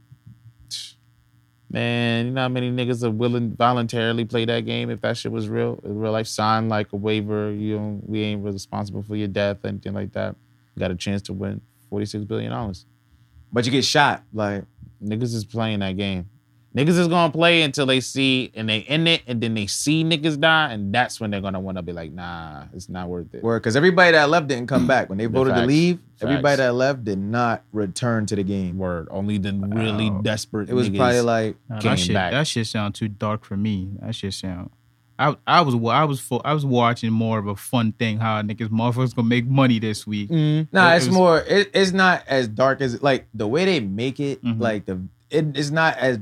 man, you know how many niggas are willing voluntarily play that game if that shit was real, in real life. Sign like a waiver, you know, we ain't responsible for your death, anything like that. Got a chance to win forty six billion dollars. but you get shot. Like, Niggas is playing that game. Niggas is gonna play until they see and they end it, and then they see niggas die, and that's when they're gonna want to be like, nah, it's not worth it. where because everybody that left didn't come back when they The voted to facts. leave. Everybody Facts. that left did not return to the game. Word. Only the really Wow. desperate. It was niggas. probably like, Nah, came that shit, back. that shit sound too dark for me. That shit sound. I I was I was fo- I was watching more of a fun thing. How niggas motherfuckers gonna make money this week? Mm-hmm. nah, It it's was- more. It, it's not as dark as like the way they make it. Mm-hmm. Mhm. Like the it, it's not as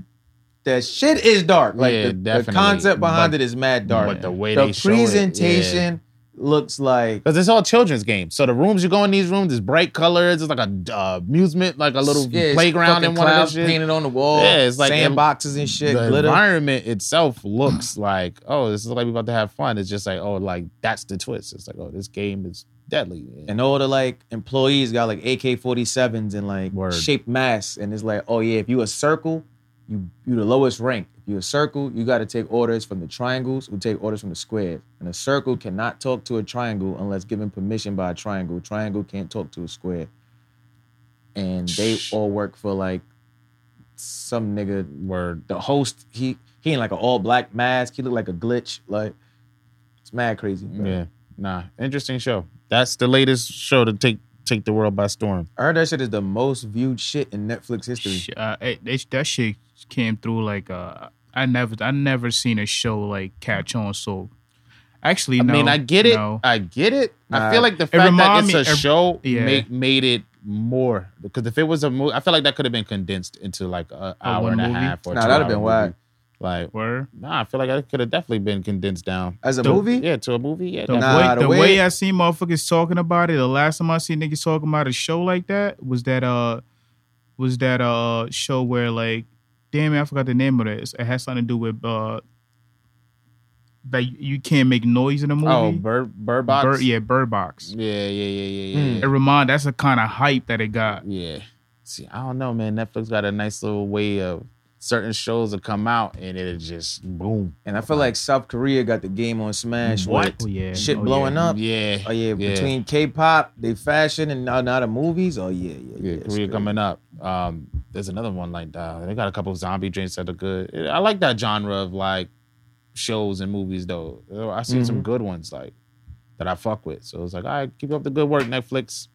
the shit is dark. Like Yeah, the, the definitely. concept behind But- it is mad dark. But the way the they presentation looks like because it's all children's games. So the rooms you go in these rooms is bright colors. It's like a uh, amusement, like a little Yeah, it's playground fucking in one of clouds the shit. painted on the wall. Yeah, it's like- sandboxes and shit, the glitter. environment itself looks like, oh, this is like we about to have fun. It's just like, oh, like that's the twist. It's like, oh, this game is deadly. and all the like employees got like AK forty sevens and like Word. shaped masks, and it's like, oh yeah, if you a circle, you you the lowest rank. If you a circle, you got to take orders from the triangles, who take orders from the squares, and a circle cannot talk to a triangle unless given permission by a triangle. Triangle can't talk to a square, and they all work for like some nigga Word. the host he he in like an all black mask. He looked like a glitch. Like it's mad crazy. bro. Yeah. Nah. Interesting show. That's the latest show to take take the world by storm. I heard that shit is the most viewed shit in Netflix history. Sh- uh, it, it- that shit came through like uh, I never I never seen a show like catch on so. Actually, I no, mean, I get it. no. I get it. Nah. I feel like the fact that remind it's me- a it- show yeah. made made it more because if it was a movie, I feel like that could have been condensed into like an hour one and a movie? half or Nah, two that'd have hour been movie. whack. Like, Word. nah, I feel like that could have definitely been condensed down. As a The- movie, Yeah, to a movie. Yeah, The, definitely. Nah, way, the the, way, way- I seen motherfuckers talking about it, the last time I seen niggas talking about a show like that was that uh was that uh show where like damn it, I forgot the name of it. It's- It has something to do with uh that you- you can't make noise in a movie. oh, Bird Bird Box. Bird- yeah, Hmm. Bird Box. yeah, yeah, yeah, yeah, yeah. Mm. yeah. It remind that's the kind of hype that it got. Yeah. See, I don't know, man. Netflix got a nice little way of certain shows that come out and it just boom. and I feel like South Korea got the game on Smash. What? with- Oh yeah, Shit oh, blowing yeah. up. Yeah. Oh yeah, between K-pop, they fashion, and now now the movies. Oh yeah, yeah, yeah. Yeah, it's Korea crazy. coming up. Um, there's another one like that. They got a couple of zombie drinks that are good. I like that genre of like shows and movies though. Uh, I seen some good ones like that I fuck with. So it's like, all right, keep up the good work, Netflix.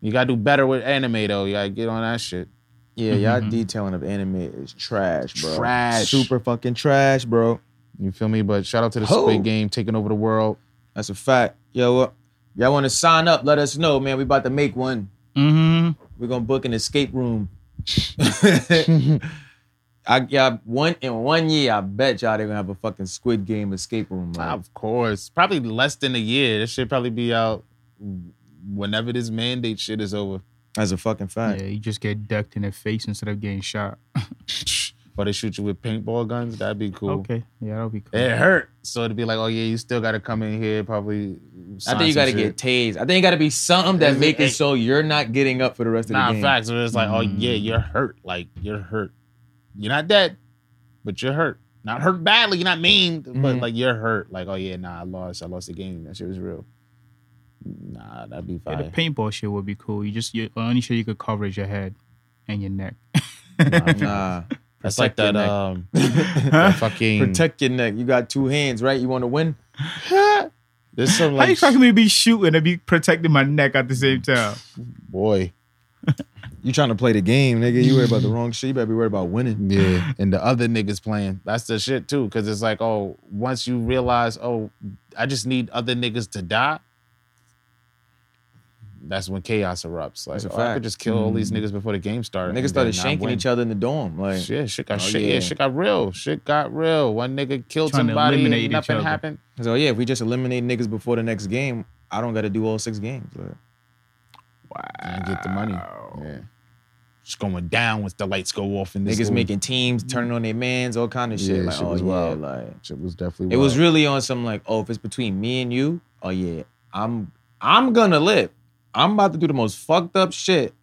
You gotta do better with anime though. You gotta get on that shit. Yeah, y'all Mhm. detailing of anime is trash, bro. Mm-hmm. Trash. super fucking trash, bro. You feel me? But shout out to the Ho. Squid Game taking over the world. That's a fact. Yo, uh, y'all want to sign up? Let us know, man. We about to make one. Mm-hmm. We're gonna book an escape room. I y'all one in one year, I bet y'all they're gonna have a fucking Squid Game escape room. Like, Of course. Probably less than a year. This should probably be out whenever this mandate shit is over. That's a fucking fact. Yeah, you just get ducked in the face instead of getting shot. Or they shoot you with paintball guns. That'd be cool. Okay, yeah, that'll be cool. It hurt. So it'd be like, oh yeah, you still gotta come in here, probably. I think you gotta get tased. I think it gotta be something that Is it- make it hey. so you're not getting up for the rest of the nah game. facts. So it's like, oh Mm. yeah, you're hurt. Like you're hurt. You're not dead, but you're hurt. Not hurt badly. You're not maimed, but Mhm. like you're hurt. Like oh yeah, nah, I lost. I lost the game. That shit was real. Nah, that'd be Yeah, the fine. paintball shit would be cool. You just you only sure you could cover is your head and your neck. Nah. That's like that. protect your Um, that How fucking. Protect your neck. You got two hands, right? You want to win? There's some you like expect me to be shooting and be protecting my neck at the same time? boy. You trying to play the game, nigga. You worry about the wrong shit. You better be worried about winning. Yeah, and the other niggas playing. That's the shit too, because it's like, oh, once you realize, oh, I just need other niggas to die. that's when chaos erupts. Like That's a oh, I fact. Mm-hmm. could just kill all these niggas before the game started. Niggas and started then not shanking win. each other in the dorm. Like, Shit, shit got Oh, shit. yeah. Yeah, shit got real. Shit got real. One nigga killed Trying to somebody eliminate and each nothing other. happened. so yeah, if we just eliminate niggas before the next game, I don't got to do all six games. Like, And get the money. Wow. Yeah. It's going down once the lights go off and this niggas little- making teams, turning on their mans, all kind of shit. Yeah, like, shit oh was yeah, wild. like Shit was definitely. it was wild. really on some like, oh, if it's between me and you, oh yeah, I'm I'm gonna live. I'm about to do the most fucked up shit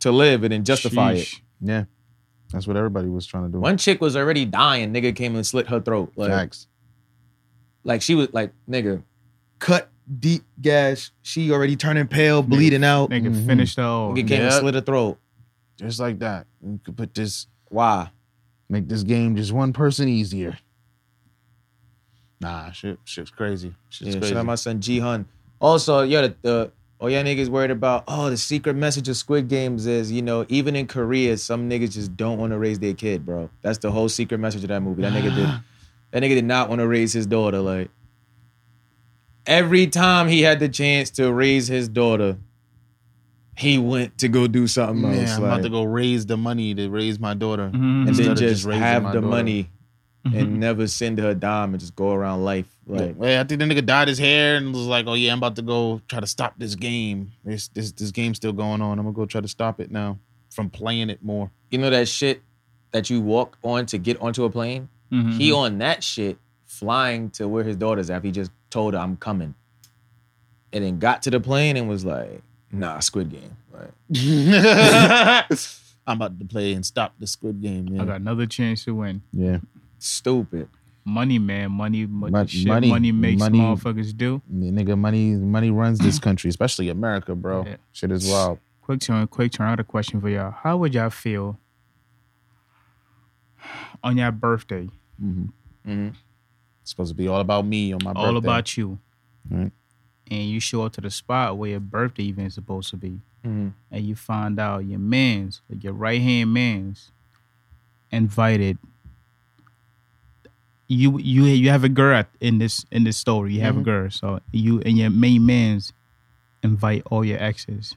to live and then justify it. Sheesh. Yeah, that's what everybody was trying to do. One chick was already dying. Nigga came and slit her throat. Like, Facts. like she was like, nigga, cut deep gash. She already turning pale, bleeding out. Nigga Mhm. finish the whole. Nigga came and Yeah. slit her throat. Just like that, you could put this, Why? make this game just one person easier. Nah, shit, shit's crazy. Shit's yeah, crazy. shout out my son Ji Hun. Also, yo, the, the oh yeah, niggas worried about oh the secret message of Squid Games is you know even in Korea some niggas just don't want to raise their kid, bro. That's the whole secret message of that movie. That nigga did. That nigga did not want to raise his daughter. Like every time he had the chance to raise his daughter, he went to go do something Man, else. I'm like, about to go raise the money to raise my daughter. Mhm. and instead then of just just raising have my the daughter. money Mm-hmm. and never send her a dime and just go around life like. yeah, I think the nigga dyed his hair and was like, "Oh yeah, I'm about to go try to stop this game. This this this game's still going on. I'm gonna go try to stop it now from playing it more." you know that shit that you walk on to get onto a plane? Mhm. Mm-hmm. He on that shit flying to where his daughter's at. He just told her, I'm coming. And then got to the plane and was like, nah, Squid Game. Like, I'm about to play and stop the Squid Game. I Yeah, got another chance to win. yeah. stupid. Money, man. Money, money, Mon- shit. Money, money. makes Money. motherfuckers do. nigga, money money runs this country, especially America, bro. Yeah. Shit is wild. Quick turn, quick turn. I had a question for y'all. How would y'all feel on your birthday? Mhm. Mm-hmm. It's supposed to be all about me on my birthday. All about you. Right. And you show up to the spot where your birthday event's supposed to be. Mm-hmm. Mhm. And you find out your man's, like your right hand man's, invited. You you you have a girl at- in this in this story. You have Mm-hmm. a girl, so you and your main man's invite all your exes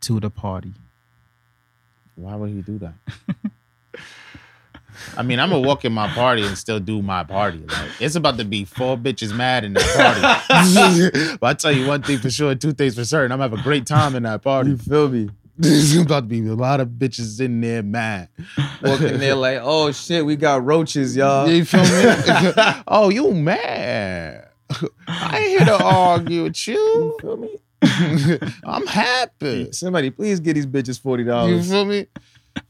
to the party. Why would he do that? I mean, I'm gonna walk in my party and still do my party. Like it's about to be four bitches mad in that party. but I tell you one thing for sure, two things for certain. I'm gonna have a great time in that party. feel me? There's about to be a lot of bitches in there mad. Walking there like, oh shit, we got roaches, y'all. You feel me? oh, you mad? I ain't here to argue with you. You feel me? I'm happy. Somebody please get these bitches You $40. feel me?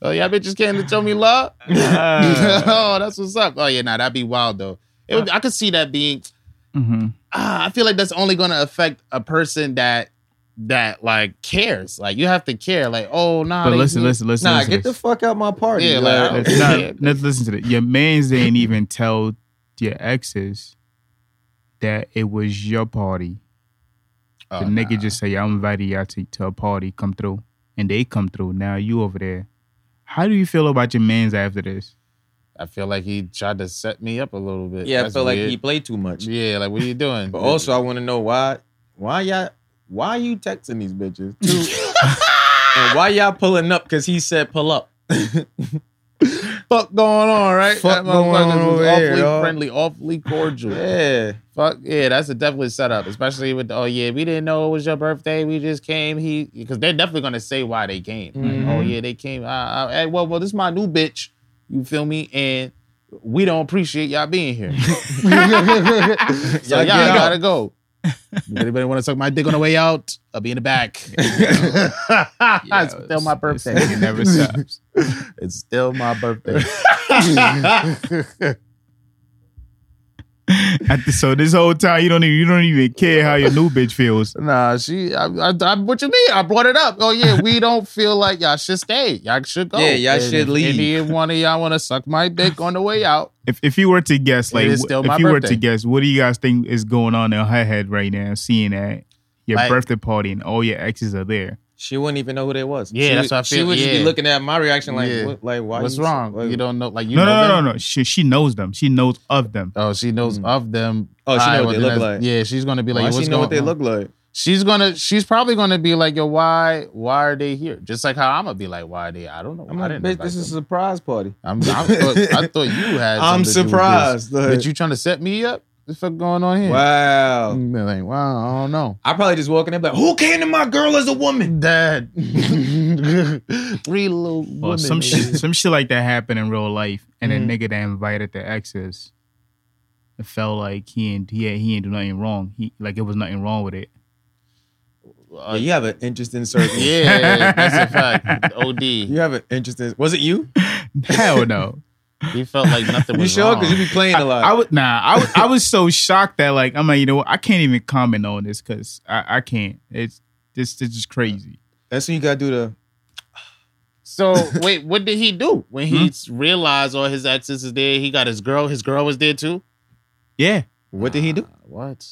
Oh, y'all bitches came to show me love. oh, that's what's up. Oh yeah, nah, that'd be wild though. It would, I could see that being. Mm-hmm. Ah, I feel like that's only gonna affect a person that that like cares. Like you have to care. Like oh nah. But they- listen, listen, listen. Nah, listen to get the this. fuck out my party. Yeah, like- like, Let's, not, Yeah. let's listen to this. Your man's didn't even tell your exes that it was your party. Oh, The nah. nigga just say, I'm inviting y'all to, to a party, come through. And they come through. Now you over there. How do you feel about your man's after this? I feel like he tried to set me up a little bit. yeah I That's feel like weird. he played too much. Yeah, like what are you doing? But also, I want to know why, why y'all, why you texting these bitches too, and why y'all pulling up? Because he said pull up. fuck going on, right? Fuck That motherfucker going on was over awfully here, dawg. friendly, awfully cordial. Yeah, Fuck yeah, that's a definitely setup, especially with the, oh yeah, we didn't know it was your birthday, we just came. He because they're definitely gonna say why they came. Like, Mhm. oh yeah, they came. Uh, uh, hey, well, well, this is my new bitch. You feel me? And we don't appreciate y'all being here. so y'all, get out. gotta go. If anybody want to suck my dick on the way out? I'll be in the back. it's Yo, still my this- birthday. this nigga never stops. It's still my birthday. At the- so this whole time you don't even you don't even care how your new bitch feels. Nah, she. I, I, I, what you mean? I brought it up. Oh yeah, we don't feel like y'all should stay. Y'all should go. Yeah, y'all should if leave. Any one of y'all want to suck my dick on the way out? If if you were to guess, It like is wh- still if my you were to birthday. guess, what do you guys think is going on in her head right now, seeing that your Like- birthday party and all your exes are there? she wouldn't even know who they was. Yeah, she, that's what I She feel, would just be yeah. looking at my reaction like, Yeah. what, like why? What's you, wrong? like- you don't know. Like you no, know no, no, them? no, no. She she knows them. She knows of them. Oh, she knows Mm. of them. Oh, she know Alright, what well, they then look that's- like. Yeah, she's gonna be like, why what's she know what they going on? look like? she's gonna she's probably gonna be like, yo, why why are they here? Just like how I'm gonna be like, why are they? I don't know. I'm I like, didn't. bitch, invite this is a them." surprise party. I'm, I'm- I, thought, I thought you had. something to do with I'm this. surprised, like- But you trying to set me up? What the fuck going on here? Wow. And they're Like, wow, I don't know. I probably just walk in and be like, who came to my girl as a woman? Dad, three little Or women. some shit, some shit like that happened in real life, and Mm-hmm. a nigga that invited the exes, it felt like he ain't he ain't, he ain't do nothing wrong. He like it was nothing wrong with it. Yeah, you have an interesting circle. Uh, Yeah, that's a fact. Od, You he have an interesting. Was it you? Hell no. felt like nothing You was sure? wrong. Because you be playing I, a lot. I was nah. I was, I was so shocked that like I'm like you know what I can't even comment on this because I, I can't. It's this this is crazy. That's when you gotta do the. So wait, what did he do when he s- Hmm? realized all his exes is there? He got his girl. His girl was there too. Yeah, What did he do? Uh, what?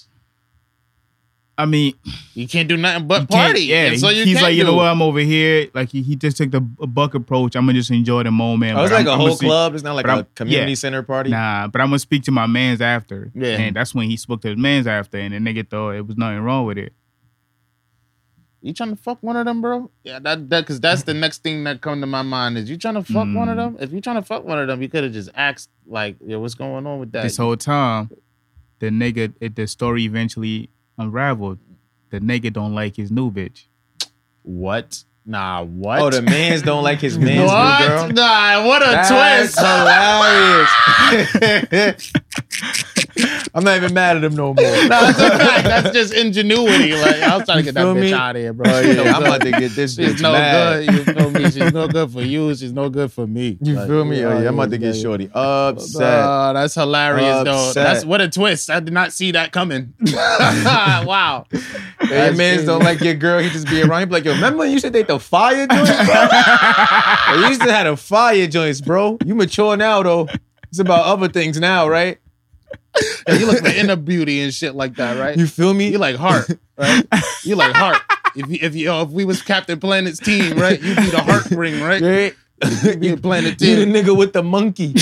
I mean You can't do nothing but you can't- party. Yeah, That's all you he's can like you do. know what I'm over here. Like he, he just took the b- buck approach. I'm gonna just enjoy the moment. Oh, it's but like I'm- a I'm whole gonna see- club. It's not like but a I'm- community yeah. center party. Nah, but I'm gonna speak to my man's after. Yeah. And that's when he spoke to his man's after, and the nigga thought it was nothing wrong with it. You trying to fuck one of them, bro? Yeah, that that because that's the next thing that come to my mind is you trying to fuck one of them. Mm. If you trying to fuck one of them, you could have just asked like, "Yo, what's going on with that?" This whole time, the nigga, it, the story eventually unraveled. The nigga don't like his new bitch. what? Nah, what? Oh, the mans don't like his man's new girl. what? Nah, what a That's twist! hilarious. I'm not even mad at him no more. Nah, that's, a fact. that's just ingenuity. Like I was trying to get that Feel bitch me? out of here, bro. Oh, She no yeah, I'm good. about to get this bitch She's no mad. good. You feel me? She's no good for you. She's no good for me. You Like, feel me? Oh, yeah, I'm about to get yeah. shorty upset. Oh, that's hilarious, though. Upset. That's what a twist. I did not see that coming. wow. Hey, That's mans crazy. don't like your girl. He just be around. He be like, yo, remember when you used to date the fire joints, bro? Yo, you used to have the fire joints, bro. You mature now, though. It's about other things now, right? And you look for inner beauty and shit like that, right? You You, feel me? like heart, right? You like heart. If you, if you if we was Captain Planet's team, right? You be the heart ring, right? Yeah. You be the planet You the team. nigga with the monkey.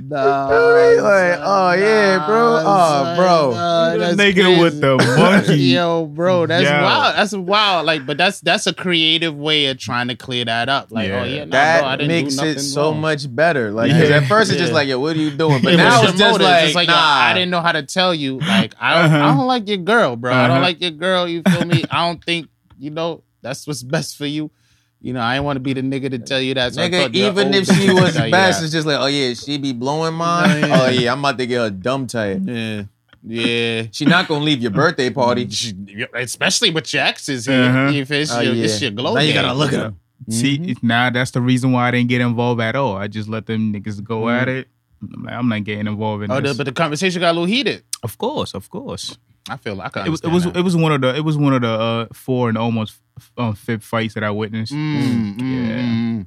Nah, Like, oh, yeah, bro. Oh, bro. nah, that's nigga crazy. with the monkey. Yo, bro, that's Yo. wild. That's wild. Like, but that's that's a creative way of trying to clear that up. Like, Yeah. oh yeah, nah, that bro, I didn't makes do nothing it so wrong. much better. Like 'cause Yeah. at first it's just Yeah. like, yo, what are you doing? But Yeah, now your it's just motive. like, It's like, yo, nah. I didn't know how to tell you. Like, I don't, I Uh-huh. don't like your girl, bro. I don't Uh-huh. like your girl. You feel me? I don't think you know that's what's best for you. You know, I didn't want to be the nigga to tell you that. So I Nigga, thought your even old if she bitch would was tell you best, that. it's just like, oh yeah, she be blowing mine. Yeah. Oh yeah, I'm about to get her dumb tired. yeah, yeah. She not gonna leave your birthday party. She- Mm. especially with your exes here. Uh-huh. If it's, Oh, your, yeah. it's your glow. now you game. gotta look at her. See, nah, that's the reason why I didn't get involved at all. I just let them niggas go at it. I'm, like, I'm not getting involved in Oh, the, this. but the conversation got a little heated. of course, of course. I feel like I It was it understand was that. it was one of the it was one of the uh, four and almost um, fifth fights that I witnessed. Mm, Yeah. mm, mm.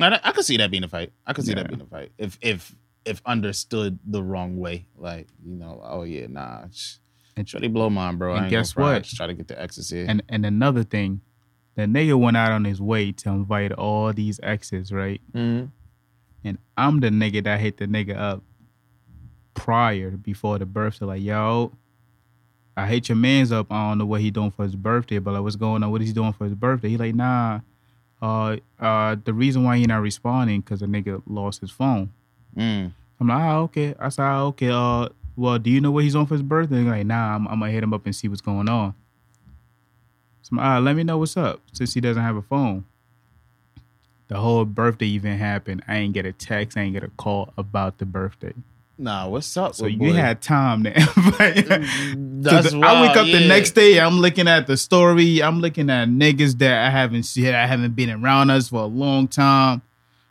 I, don't- I could see that being a fight. I could see that Yeah. being a fight if if if understood the wrong way. Like you know, oh yeah, nah, sh- And- try to blow mine, bro. I and ain't guess gonna fry. what? Just try to get the exes here. And and another thing, the nigga went out on his way to invite all these exes, right? Mhm. And I'm the nigga that hit the nigga up prior before the birthday, like, yo, I hit your man's up. I don't know what he doing for his birthday, but like what's going on? What is he doing for his birthday? He like, nah. Uh uh the reason why he not responding because the nigga lost his phone. Mm. I'm like, ah, okay. I said, ah, okay, uh, well, do you know what he's on for his birthday? He's like, nah, I'm, I'm gonna hit him up and see what's going on. So I'm like, ah, let me know what's up since he doesn't have a phone. The whole birthday event happened. I ain't get a text, I ain't get a call about the birthday. Nah, what's up? So with you Oh, boy? had time to invite. That's So the- I wild, wake up yeah. the next day, I'm looking at the story, I'm looking at niggas that I haven't seen, I haven't been around us for a long time.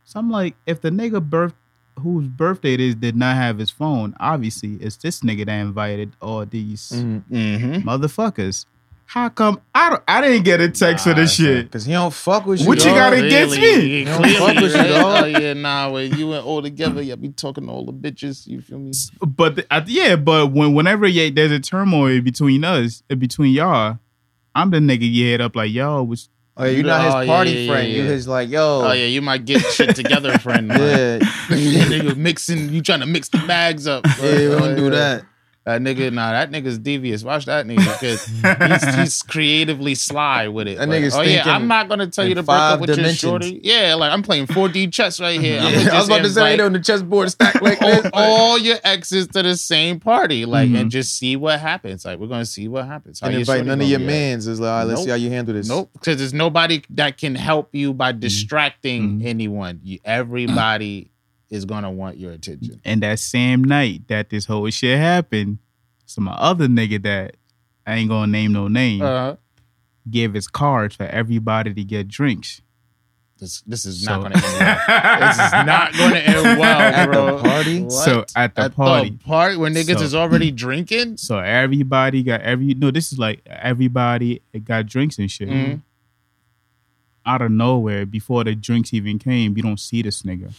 So I'm like, if the nigga birth whose birthday it is did not have his phone, obviously it's this nigga that invited all these Mhm. Mhm. motherfuckers. How come I don't, I didn't get a text for Nah, this son. shit? Cause he don't fuck with you. What you dog. got against me? Yeah, I don't fuck clearly, with you, right? dog. Oh, yeah, nah, when you and all together, you be talking to all the bitches. You feel me? But the, I, yeah, but when whenever yeah, there's a turmoil between us, uh, between y'all, I'm the nigga you hit up like, yo, was Oh, yeah, you're You- not his oh, yeah, party yeah, yeah, friend. You yeah. his like, yo. Oh yeah, you might get shit together, friend. Yeah. Yeah. nigga mixing, you trying to mix the bags up. Yeah, we don't do that. That nigga, nah, that nigga's devious. Watch that nigga, cause he's, he's creatively sly with it. That Like, nigga's oh yeah, thinking I'm not gonna tell you in to break five up with dimensions. your shorty. Yeah, like I'm playing 4D chess right here. I'm Yeah, I was about to say it on the chessboard stack like Oh all, this. all your exes to the same party, like, Mhm. and just see what happens. Like, we're gonna see what happens. How and your invite shorty none of gonna your react? mans. It's like, all right, let's see how Nope. you handle this. Nope, because there's nobody that can help you by Mm-hmm. distracting Mhm. anyone. You, everybody is gonna want your attention. And that same night that this whole shit happened, some other nigga that I ain't gonna name no name Uh, gave his card for everybody to get drinks. this this is So- not gonna end well. This is not gonna end well, At bro. the party? So at the At party, the party where niggas So- is already drinking. so everybody got every no. This is like everybody got drinks and shit. Mhm. Out of nowhere, before the drinks even came, you don't see this nigga.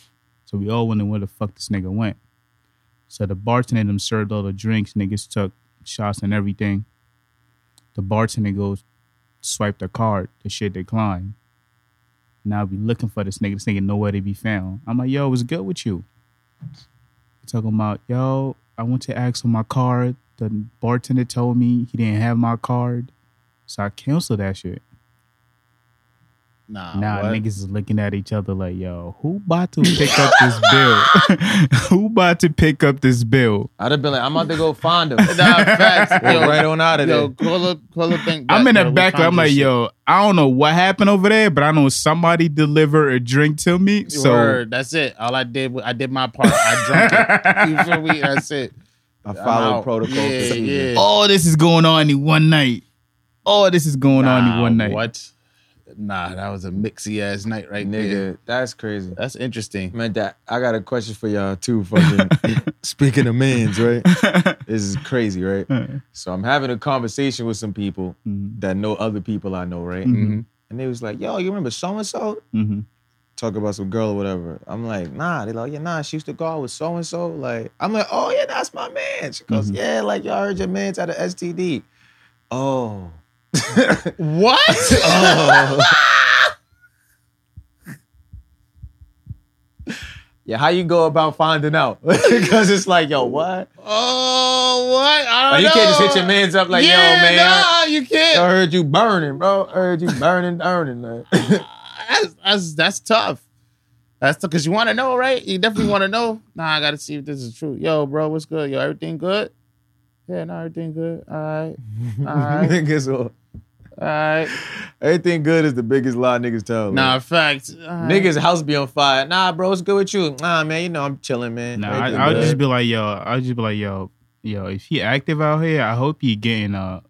So we all wondering where the fuck this nigga went. So the bartender them served all the drinks. Niggas took shots and everything. The bartender goes, swipe the card. The shit declined. Now we looking for this nigga. This nigga nowhere to be found. I'm like, yo, what's good with you? Talking about, yo, I went to ask for my card. The bartender told me he didn't have my card. So I canceled that shit. Nah, Now Ah, what? niggas is looking at each other like, yo, who about to pick up this bill? who about to pick up this bill? I'd have been like, I'm about to go find him. Nah, facts. Yo, Yo, right on out of yo, there. call up, call up. Think I'm back, in the bro. We back. found I'm your like, shit. yo, I don't know what happened over there, but I know somebody delivered a drink to me. So Word, that's it. All I did, was I did my part. I drank it. You feel me? That's it. I I'm followed out. protocol. Yeah, yeah. procedure. all this is going on in one night. All this is going on in one night. What? Nah, that was a mixy ass night right there. Nigga, that's crazy. That's interesting. Man, that I got a question for y'all too. Fucking, Speaking of mans, right? Mm-hmm. this is crazy, right? Uh, So I'm having a conversation with some people mhm, that know other people I know, right? Mhm. And they was like, "Yo, you remember so and so? mhm. Talk about some girl or whatever." I'm like, "Nah." They like, "Yeah, nah." She used to go out with so and so. Like, I'm like, "Oh yeah, that's my man." She goes, Mhm. "Yeah, like y'all heard your man's had an STD." Oh. What? Oh. Yeah, how you go about finding out? Because it's like, yo, what? oh, what? I don't Like, you know. can't just hit your man's up like, yeah, yo, man. Nah, you can't. I heard you burning, bro. I heard you burning, burning. man. That's, that's, that's tough. That's because you want to know, right? You definitely want to know. Nah, I got to see if this is true. Yo, bro, what's good? Yo, everything good? Yeah, no, everything good. All right. All right. Niggas will- All right. Everything good is the biggest lie niggas tell. Nah, Nah, facts. All right. niggas house be on fire. Nah, bro, what's good with you? Nah, man, you know I'm chilling, man. Nah, Everything I, I'll good. just be like, yo, I'll just be like, yo, yo, if he active out here, I hope he getting uh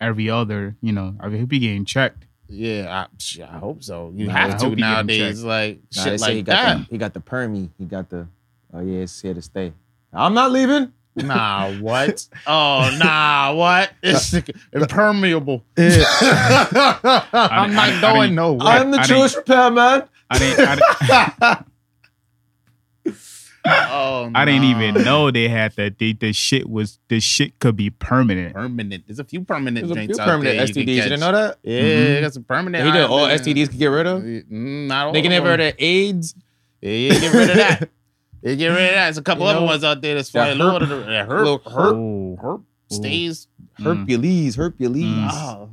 every other, you know, I hope he getting checked. Yeah, I, psh, I hope so. You Nah, I have hope to you get 'em checked. nowadays. Like, Nah, they shit say he like got that. The, he got the permie. He got the. Oh yeah, it's here to stay. I'm not leaving. Nah, what? Oh, nah, what? It's impermeable. I'm I- I not going didn't- nowhere. I'm the I Jewish repair man. I didn't, I, didn't- Oh, I didn't nah. even know they had that. They, the shit was, this shit could be permanent. Permanent. There's a few permanent There's a few drinks out permanent there STDs. You, can catch. didn't know that? Yeah, Mhm. that's a permanent. He did Mm-hmm. all item. STDs could get rid of. Mm, Not all. They can of never heard them. of AIDS. Yeah, yeah, get rid of that. Yeah, get rid of that. There's a couple You other know, ones out there that's that flying herp- lower. That Little herp, herp, Oh, herp Ooh. stays. Mm. Hercules, Hercules. Mm. Oh,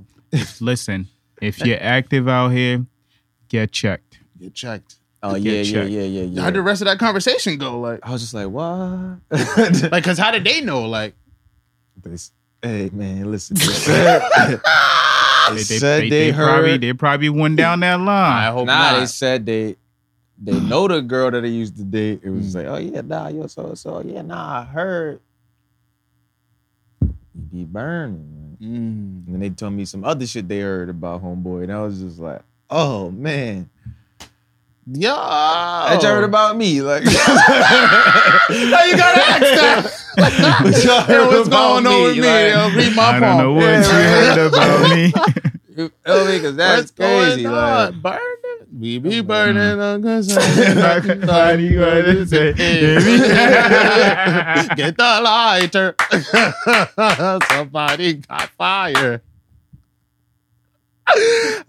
listen, if you're active out here, get checked. get checked. Oh Get yeah, yeah, checked. yeah, yeah, yeah. How'd the rest of that conversation go? Like, I was just like, what? like, cause how did they know? Like, hey man, listen. they They, said they, probably, heard. they probably went down that I line. hope nah, not. they said they they know the girl that they used to date. It was like, oh yeah, nah, yo, so so yeah, nah, I heard. You be burning. Man. Mm. And then they told me some other shit they heard about homeboy, and I was just like, oh man. Yo, I that y'all heard about me. Like, now you gotta ask that. What y'all Yo, heard what's about going on with me? Like, yo, read my I don't palm. know what Yeah, you heard about me. You feel me? 'Cause that's What's crazy. Going Like, on? Burning, we be burning on consumption. Nobody gonna say it. Get the lighter. Somebody got fire.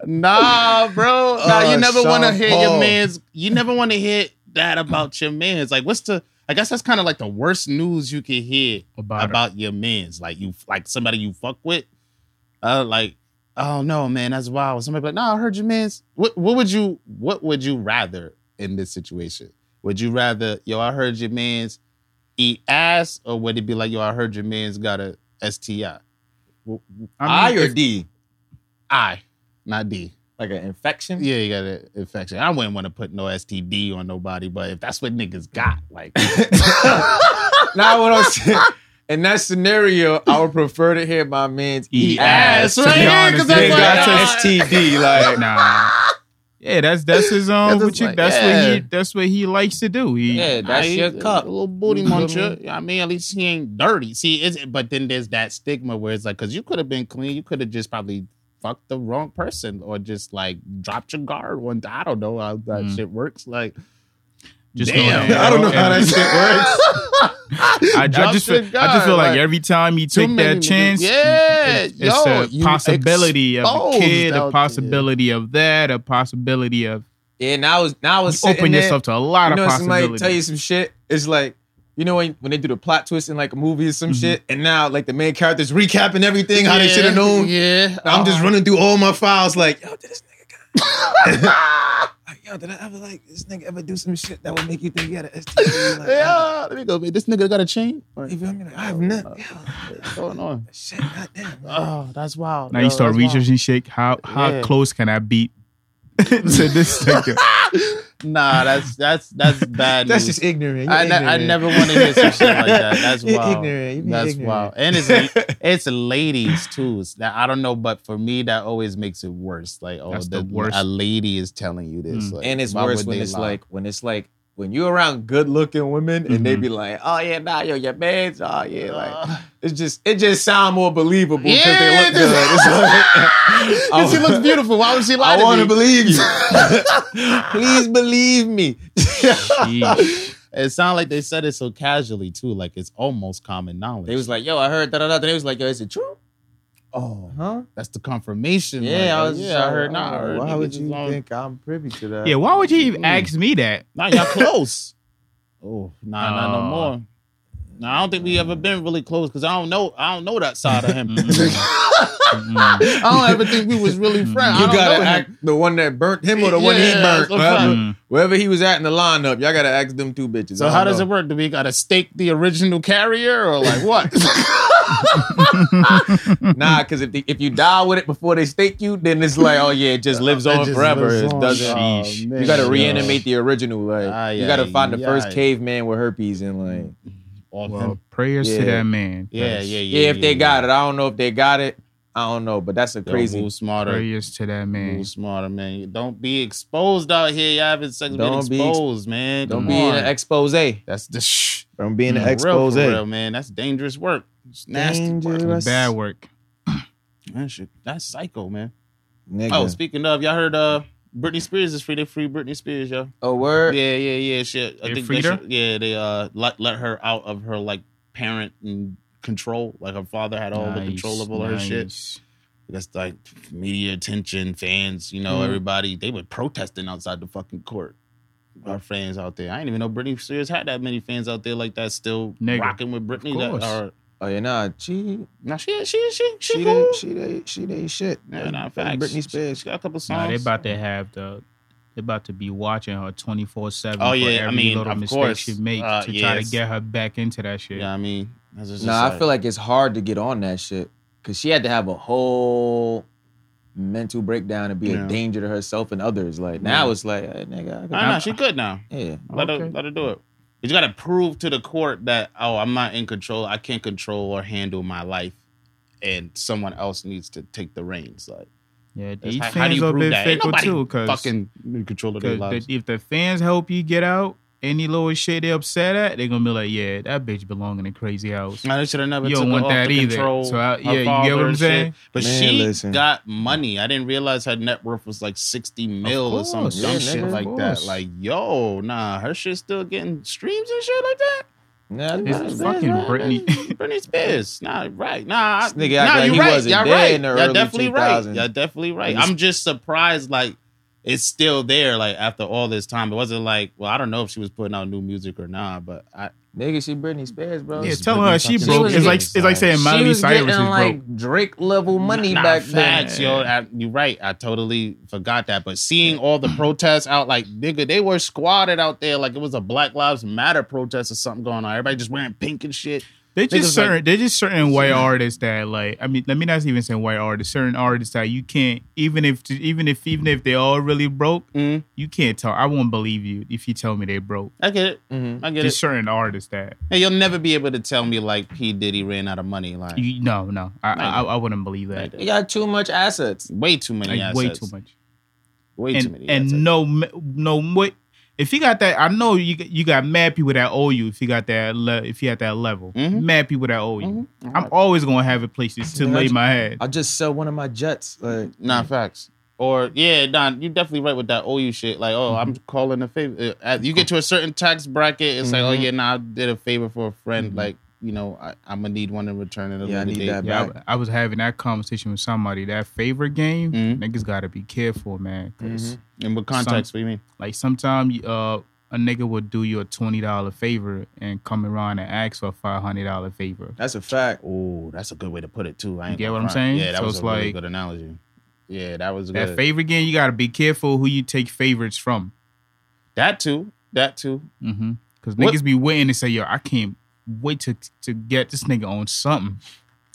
nah, bro. Nah, Uh, you never Sean want to hear your Paul. man's. You never want to hear that about your man's. Like, what's the? I guess that's kind of like the worst news you can hear About, about about your man's. Like you, like somebody you fuck with. Uh, like, oh no, man, that's wild. Somebody be like, nah, I heard your man's. What, what would you? What would you rather in this situation? Would you rather, yo, I heard your man's eat ass, or would it be like, yo, I heard your man's got a STI? I, mean, or if- D? I, not D. Like an infection? Yeah, you got an infection. I wouldn't want to put no STD on nobody, but if that's what niggas got, like, Now what I'm saying. In that scenario, I would prefer to hear my man's Eat eat E ass ass. right be here, honest, because that's yeah, Nigga like, that's uh, got an STD. Like, nah. Yeah, that's that's his own. That's what just you- like, that's what yeah. he that's what he likes to do. He, yeah, that's I- your A cup. little booty You know what I muncher. I mean, at least he ain't dirty. See, it's, but then there's that stigma where it's like, because you could have been clean, you could have just probably fucked the wrong person or just like dropped your guard one time. I don't know how that Mm. shit works. Like, just Damn. go ahead I don't know and- how that shit works. I, I Dropped just your feel, I just feel guard, like, like, every time he took many that niggas- chance, Yeah, it- it's yo, a you possibility of a exposed kid, out a there. possibility of that, a possibility of Yeah, now it's now you it's sitting open there. yourself to a lot you know, of when somebody possibilities. tell you some shit. It's like you know when when they do the plot twist in like a movie or some Mhm. shit, and now like the main character's recapping everything how Mm-hmm. they Yeah, should have known. Yeah. I'm just Uh, running through all my files, like yo, did this nigga got? like, yo, did I ever like this nigga ever do some shit that would make you think he had an STD? Like, Yeah, there we go. man. This nigga got a chain. I- You feel me? Like, I have not. Yo, What's going on? shit, goddamn. Oh, that's wild. now yo, you start that's wild. researching shit. How how Yeah. close can I beat to this nigga? Nah, that's that's that's bad. That's news. just ignorant. You're I, ne- I ignorant. never want to hear some shit like that. That's You're wild. ignorant. You being That's ignorant. wild. And it's it's ladies too. It's That I don't know, but for me, that always makes it worse. Like, oh, That's the that- worst. A lady is telling you this, Mm. like, and it's why worse would when they it's lie? like when it's like when you're around good looking women and they Mhm. be like, oh yeah, nah, yo, your man's, oh yeah, like Mm-hmm. Uh, it's just it just sound more believable because Yeah, they look it just- good. It's like, and she looks beautiful. Why would she lie oh. I to want me? to believe you. Please believe me. Yeesh. it sounded like they said it so casually too. Like it's almost common knowledge. they was like, yo, I heard da da da. They was like, yo, is it true? oh, Huh? that's the confirmation. like, Yeah, I oh, was. yeah, I heard. Nah, I heard Why niggas would is you on- think I'm privy to that? yeah, why would you even Mm. ask me that? Nah, y'all close. oh, nah, nah, Oh. no more. Nah, I don't think we ever been really close because I don't know. I don't know that side of him. Mm. Mm. I don't ever think we was really friends. You I don't gotta know him. act the one that burnt him or the one he Yeah, burnt. so Wherever, Mm. wherever he was at in the lineup, y'all gotta ask them two bitches. So I how don't does know. it work? Do we gotta stake the original carrier or like what? Hmm. Nah, because if, they- if you die with it before they stake you, then it's like, oh yeah, it just lives on just forever. lives it on. Oh, doesn't. Sheesh. man. You gotta Yeah. Ah, reanimate the original. Like Ay, you gotta ay, find the first ay. caveman with herpes and like All Well, him. prayers to Yeah. that man. yeah, yeah, yeah, yeah, if they got it. I don't know if they got it. I don't know, but that's a Yo, crazy. move smarter. Prayers to that man. Move smarter, man. Don't be exposed out here. Y'all having sex being Don't be ex- exposed, man. don't Come be in on. an expose. That's the shh. Don't be in an For real, expose. for real, man. That's dangerous work. It's nasty work. Dangerous. Bad work. That shit, that's psycho, man. Nigga. Oh, speaking of, y'all heard uh Britney Spears is free. They free Britney Spears, yo. a Oh, word. Yeah, yeah, yeah. Shit. I They think freed they her? should- yeah, they uh let, let her out of her like parent and control. Like her father had all the control of all her shit. nice. That's like media attention, fans, you know, Mm-hmm. Mhm. everybody. They were protesting outside the fucking court. Our fans out there. I didn't even know Britney Spears had that many fans out there like that still Nigga. rocking with Britney. course. That, or, Oh yeah, nah. She now she she she she, cool. she they she they she they shit. Yeah, nah, Fucking facts. Britney Spears. She got a couple songs. Nah, they about to have the. They about to be watching her twenty four seven. Oh, for yeah, I every mean, little of mistake course. she makes Uh, to yeah, try to it's- get her back into that shit. You know what I mean? That's just Nah, I feel like it's hard to get on that shit because she had to have a whole mental breakdown and be Yeah. a danger to herself and others. Like now, Yeah. it's like, hey, nigga, I could, I know she could now. yeah, Let her Okay. let her do it. But you gotta prove to the court that oh, I'm not in control. I can't control or handle my life, and someone else needs to take the reins. Like Yeah, that's these how, how do fans you are a prove bit that? Ain't fickle nobody too, because fucking in control of their lives. if the fans help you get out, any little shit they upset at, they're gonna be like, yeah, that bitch belong in a crazy house. I should have never You took don't her want off that the either. control. So I- her yeah, you get father what I'm and shit. saying? But Man, she listen. got money. I didn't realize her net worth was like 60 mil course, or some dumb yeah, shit nigga, of like that. course. Like, yo, nah, her shit's still getting streams and shit like that. Nah, It's nah, nah, fucking nah. Britney. Britney Spears. Nah, right. Nah, I- This nigga nah, act like you he right. wasn't Y'all there right. in the Y'all early definitely 2000s. right. Y'all definitely right. Like, I'm just surprised, like, it's still there, like, after all this time. It wasn't like, well, I don't know if she was putting out new music or not, but I, Nigga, she Britney Spears, bro. Yeah, It's tell Britney her she fucking broke. Spears. It's like it's like saying she Miley was Cyrus is getting broke. like Drake level money Nah, back facts, then. yo. I- you're right. I totally forgot that. But seeing all the protests out, like nigga, they were squatted out there like it was a Black Lives Matter protest or something going on. Everybody just wearing pink and shit. They just Niggas like- certain they just certain white artists that like I mean let me not even say white artists certain artists that you can't even if even if even if they all really broke Mm-hmm. Mm, you can't tell I won't believe you if you tell me they broke I get it. Mhm. I get just it. certain artists that And you'll never be able to tell me like P Diddy ran out of money. Like you, no no I, I I wouldn't believe that He got too much assets. way too many like assets. way too much Way too and many. assets. and no m- no what if you got that I know you you got mad people that owe you if you got that le- if you at that level Mhm. mad people that owe you Mhm. I'm always gonna have a place to lay my head I'll just sell one of my jets. Like, Nah, facts. Or yeah, nah, you definitely right with that OU shit. Like, oh, Mm-hmm. I'm calling a favor. Uh, You get to a certain tax bracket, it's Mm-hmm. like, oh yeah, nah, I did a favor for a friend. Like, you know, I, I'm gonna need one in return at a Yeah, I later date. need that Yeah, back. I, I was having that conversation with somebody. That favorite game, Mhm. niggas gotta be careful, man. 'cause, And what context? What do you mean? Like sometimes uh, a nigga will do you a twenty dollar favor and come around and ask for a five hundred dollar favor. That's a fact. Oh, that's a good way to put it too. I ain't get gonna what I'm front. saying? Yeah, that So was it's a really like- good analogy. Yeah, that was That good. favorite game, you gotta be careful who you take favorites from. that too. That too. Mm-hmm. Cause What- niggas be waiting and say, "Yo, I can't wait to to get this nigga on something."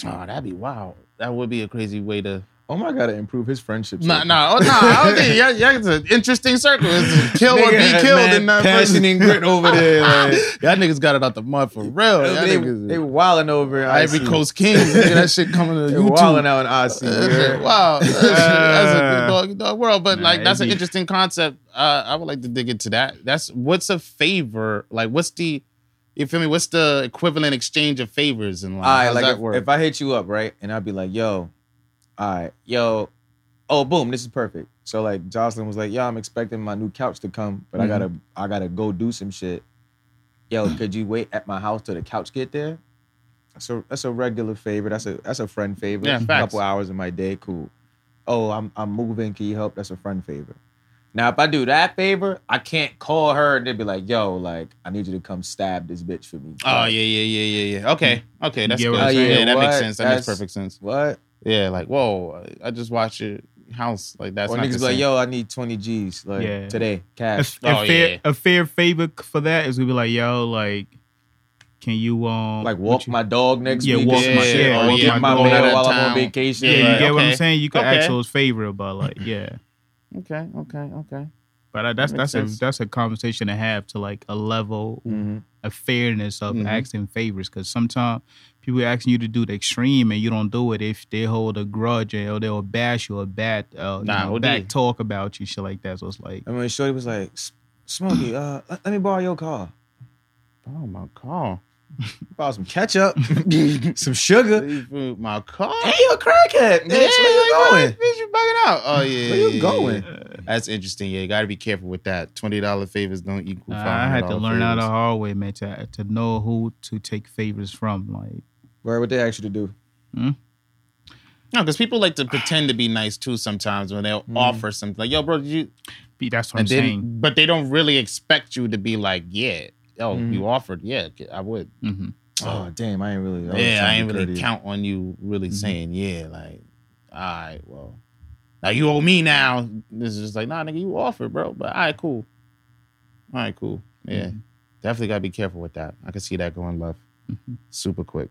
Oh, that'd be wild. That would be a crazy way to. Omar got to improve his friendships. Nah, nah, oh, nah. I don't think. Yeah, yeah, it's an interesting circle. It's a kill or be Nigga, killed man, in that passion and grit over there. like. Y'all niggas got it out the mud for real. Y'all they, niggas, they wilding over in Ivory IC. Coast Kings. Look at that shit coming to They YouTube. wilding out in IC. you heard? wow, that's, that's a dog, dog world. But Nah, like, that's an it'd be- interesting concept. Uh, I would like to dig into that. That's what's a favor? Like, what's the you feel me? What's the equivalent exchange of favors in life? All right, How's like that if, work? if I hit you up, right, and I'd be like, "Yo, all right, yo, oh, boom, this is perfect." So like, Jocelyn was like, "Yo, I'm expecting my new couch to come, but I gotta, Mm-hmm. I gotta go do some shit." Yo, could you wait at my house till the couch get there? So that's a regular favor. That's a that's a friend favor. Yeah, a facts. couple hours of my day, cool. Oh, I'm I'm moving. Can you help? That's a friend favor. Now, if I do that favor, I can't call her and they'd be like, "Yo, like, I need you to come stab this bitch for me." oh yeah, yeah, yeah, yeah, yeah. Okay, okay, that's get good. what I'm Yeah, saying? that makes What? sense. That makes That's- perfect sense. What? Yeah, like whoa, I just watched your house. Like that's or not the niggas be like, same. yo, I need 20 G's like Yeah. today, A, cash. Oh, a fair yeah. a fair favor for that is we be like, "Yo, like, can you um Like what walk you- my dog next Yeah, week. walk and my- shit, yeah, or walk get my my dog. mail Out of while I'm town. on vacation. Yeah, you like, get what I'm okay, saying. You could ask okay. those favor about like, yeah. okay, okay, okay. But I, that's Makes that's sense. a that's a conversation to have to like a level Mhm. of fairness of Mhm. asking favors because sometimes people asking you to do the extreme and you don't do it if they hold a grudge or they'll bash you or bad uh, you Nah, know, OD. back talk about you shit like that. So it's like And when Shorty was like, "S- Smokey, uh, let, let me borrow your car. Oh my car. Borrow some ketchup, some sugar. Hey, Leave me My car. you a crackhead, bitch. Where you like, going? what? Bitch, you bugging out. Oh yeah. Where you yeah, yeah, going? yeah. That's interesting. Yeah, you gotta be careful with that. Twenty dollar favors don't equal five hundred. uh, I had to learn out the hard way, man, to to know who to take favors from. Like Where would they ask you to do? No, because people like to pretend to be nice too sometimes when Hmm. they'll offer something. Like, yo, bro, did you be- that's what and I'm then saying. but they don't really expect you to be like, yeah. Oh, Hmm. you offered, yeah, I would. Mhm. Oh, damn, I ain't really. was yeah, trying I to ain't be really courteous. count on you Mm-hmm. really saying, yeah, like, all right, well, now you owe me now. This is just like, nah, nigga, you offered, bro. But all right, cool. All right, cool. Yeah. Mm-hmm. Definitely gotta be careful with that. I can see that going left Mm-hmm. super quick.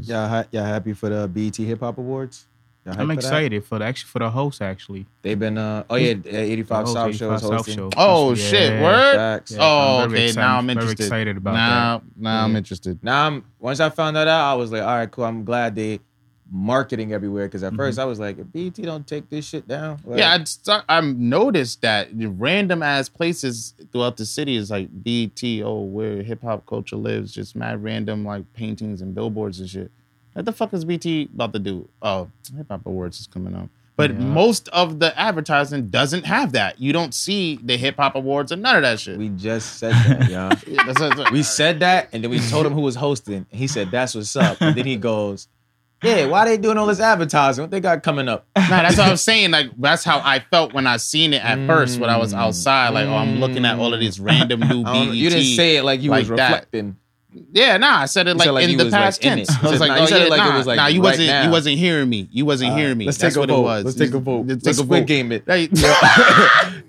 Y'all, ha- y'all happy for the BET Hip Hop Awards? Y'all hype I'm for that? excited for the actually for the host actually. They've been, uh, oh yeah, 85 The host, South Show is 85 South hosting. Show. Oh Yeah. shit, word. Facts. Yeah, oh, I'm very okay. excited- Now I'm Very interested. excited about that. now, now I'm Yeah. interested. Now I'm once I found that out, I was like, all right, cool. I'm glad they marketing everywhere. Because at first I was like, if BT don't take this shit down. like- Yeah, I'd start, I've noticed that the random ass places throughout the city is like BTO, where hip hop culture lives, just mad random like paintings and billboards and shit. What the fuck is BT about to do? Oh, hip hop awards is coming up. But Yeah. most of the advertising doesn't have that. You don't see the hip hop awards or none of that shit. We just said that, y'all. Yeah, that's- that's- We said that, and then we told him who was hosting. And he said, "That's what's up." And then he goes, "Yeah, why they doing all this advertising? What they got coming up?" no, that's what I'm saying. Like that's how I felt when I seen it at first when I was Mm. outside. Like, oh, I'm looking at all of these random new E I don't- BET. you didn't say it like you was like that. reflecting. Yeah, nah, I said it You like said, like, in you the was, like, past in tense. it. I was like, Nah, oh you said yeah, it like it nah, was, like, nah, you right wasn't, now. you wasn't hearing me. You wasn't All right, hearing me. let's That's take a what vote. it was. Let's take a vote. Let's Let's take a squid vote. game it. Like,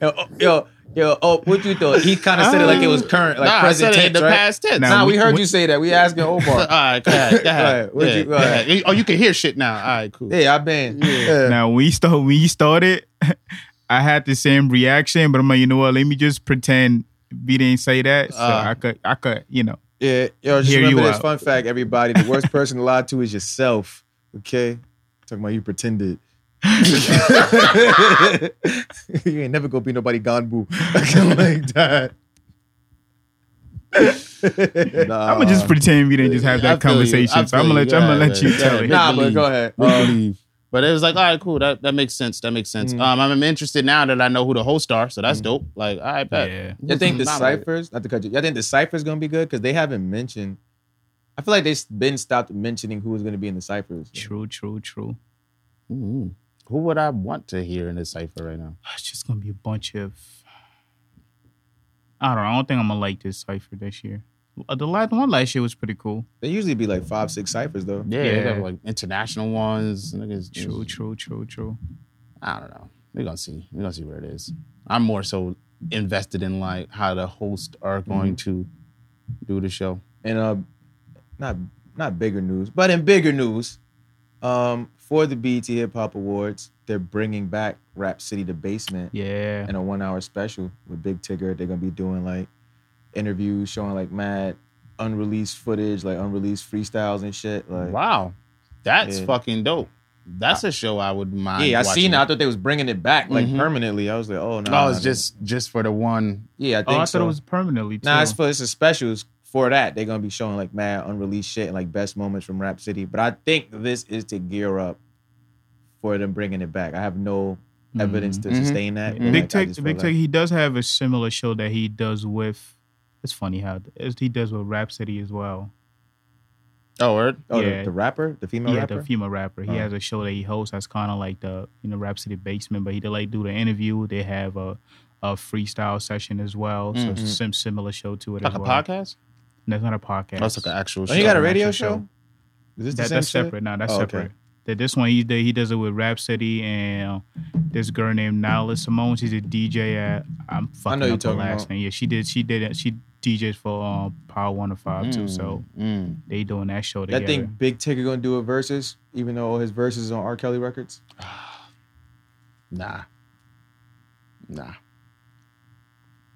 Yo, oh, yo, yo, oh, what you thought? He kind of said it like it was current, like nah, I present said it in tense, the right? past tense. Nah, Nah, we, We- heard we- you say that. We asking all Omar. right, go ahead, go ahead. Alright, what'd Yeah, you- alright. yeah. Oh, you can hear shit now. All right, cool. Yeah, I've been. Now we start we started, I had the same reaction, but I'm like, you know what? Let me just pretend we didn't say that, so Uh. I could I could you know. Yeah, yo, just Hear you remember this out. fun fact, everybody. The worst person to lie to is yourself. Okay, talking about you pretended. you ain't never gonna be nobody ganbu like that. nah, I'ma just pretend we didn't just have I that feel you. I conversation. So feel I'm gonna let you. you, I'm gonna Yeah, let you yeah, tell yeah. it. Nah, but go ahead. We Um, believe. But it was like, all right, cool. That that makes sense. That makes sense. Mm. Um, I'm interested now that I know who the hosts are, so that's dope. Like, all right, bet. Mm-hmm. Yeah. Mm-hmm. You think the Nominated. ciphers? Not to cut you. Y'all think the ciphers gonna be good because they haven't mentioned. I feel like they've been stopped mentioning who was gonna be in the ciphers. True, true, true. Mhm. Who would I want to hear in this cipher right now? It's just gonna be a bunch of I don't know. I don't think I'm gonna like this cipher this year. Uh, The last the one last year was pretty cool. They usually be like five, six ciphers though. Yeah, they got Yeah. like international ones. Niggas, True, true, true, true. I don't know. We're gonna see. We're gonna see where it is. I'm more so invested in like how the hosts are going to do the show. and uh not not bigger news, but in bigger news, um, for the BET Hip Hop Awards, they're bringing back Rap City the Basement Yeah. Oh, in a one hour special with Big Tigger. They're gonna be doing like interviews showing like mad unreleased footage, like unreleased freestyles and shit. Like Wow, that's Yeah. fucking dope. That's a show I would mind. yeah, I watching. seen. it. I thought they was bringing it back like Mhm. Mm-hmm. permanently. I was like, oh no, No, it's just just for the one. yeah. I Oh, think I so. thought it was permanently too. Nah, it's for it's a specials for that. They're gonna be showing like mad unreleased shit and like best moments from Rap City. But I think this is to gear up for them bringing it back. I have no evidence to Mhm. sustain that. Mm-hmm. Big Like, I Tech, just Big feel Tech, like- he does have a similar show that he does with. It's funny how as he does with Rhapsody as well. Oh, word. Oh, yeah. the, the rapper, the female yeah, rapper. the female rapper. He Oh. has a show that he hosts that's kind of like the you know Rhapsody Basement, but he did like do the interview. They have a a freestyle session as well, so it's Mhm. a sim similar show to it. Mm-hmm. Like as a well. podcast? That's not a podcast. That's like an actual show. oh, you got a an radio actual show? show. Is this the That- same that's shit? separate. No, that's Oh, okay. separate. That this one he did, he does it with Rhapsody and um, this girl named Nyla Simone. She's a DJ at I'm fucking know you're up her talking last about. name. Yeah, she did. She did. it. She DJs for um, Power One Hundred Five too. So Mm. they doing that show I together. think Big Tigger gonna do a versus, even though all his verses is on R. Kelly records. Nah. Nah.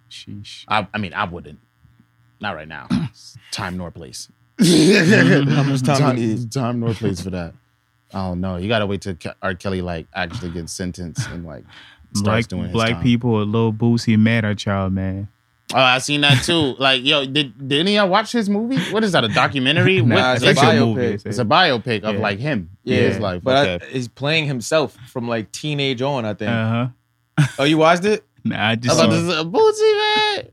Sheesh. I, I mean, I wouldn't. Not right now. time nor place. How much time you need? time nor place for that. I don't know. You gotta wait till Ke- R. Kelly like actually gets sentenced and like starts Black doing his black time. people are little boozy mad at y'all, man. Oh, I seen that too. like, yo, did didn't he uh, watch his movie? What is that? A documentary? Nah, What- it's like, a yo, bio- biopic. movie. it's a biopic of Yeah. like him. Yeah, His life. but I- okay. he's playing himself from like teenage on. I think. Uh huh. oh, you watched it? Nah, I I just thought saw- this is a boozy man.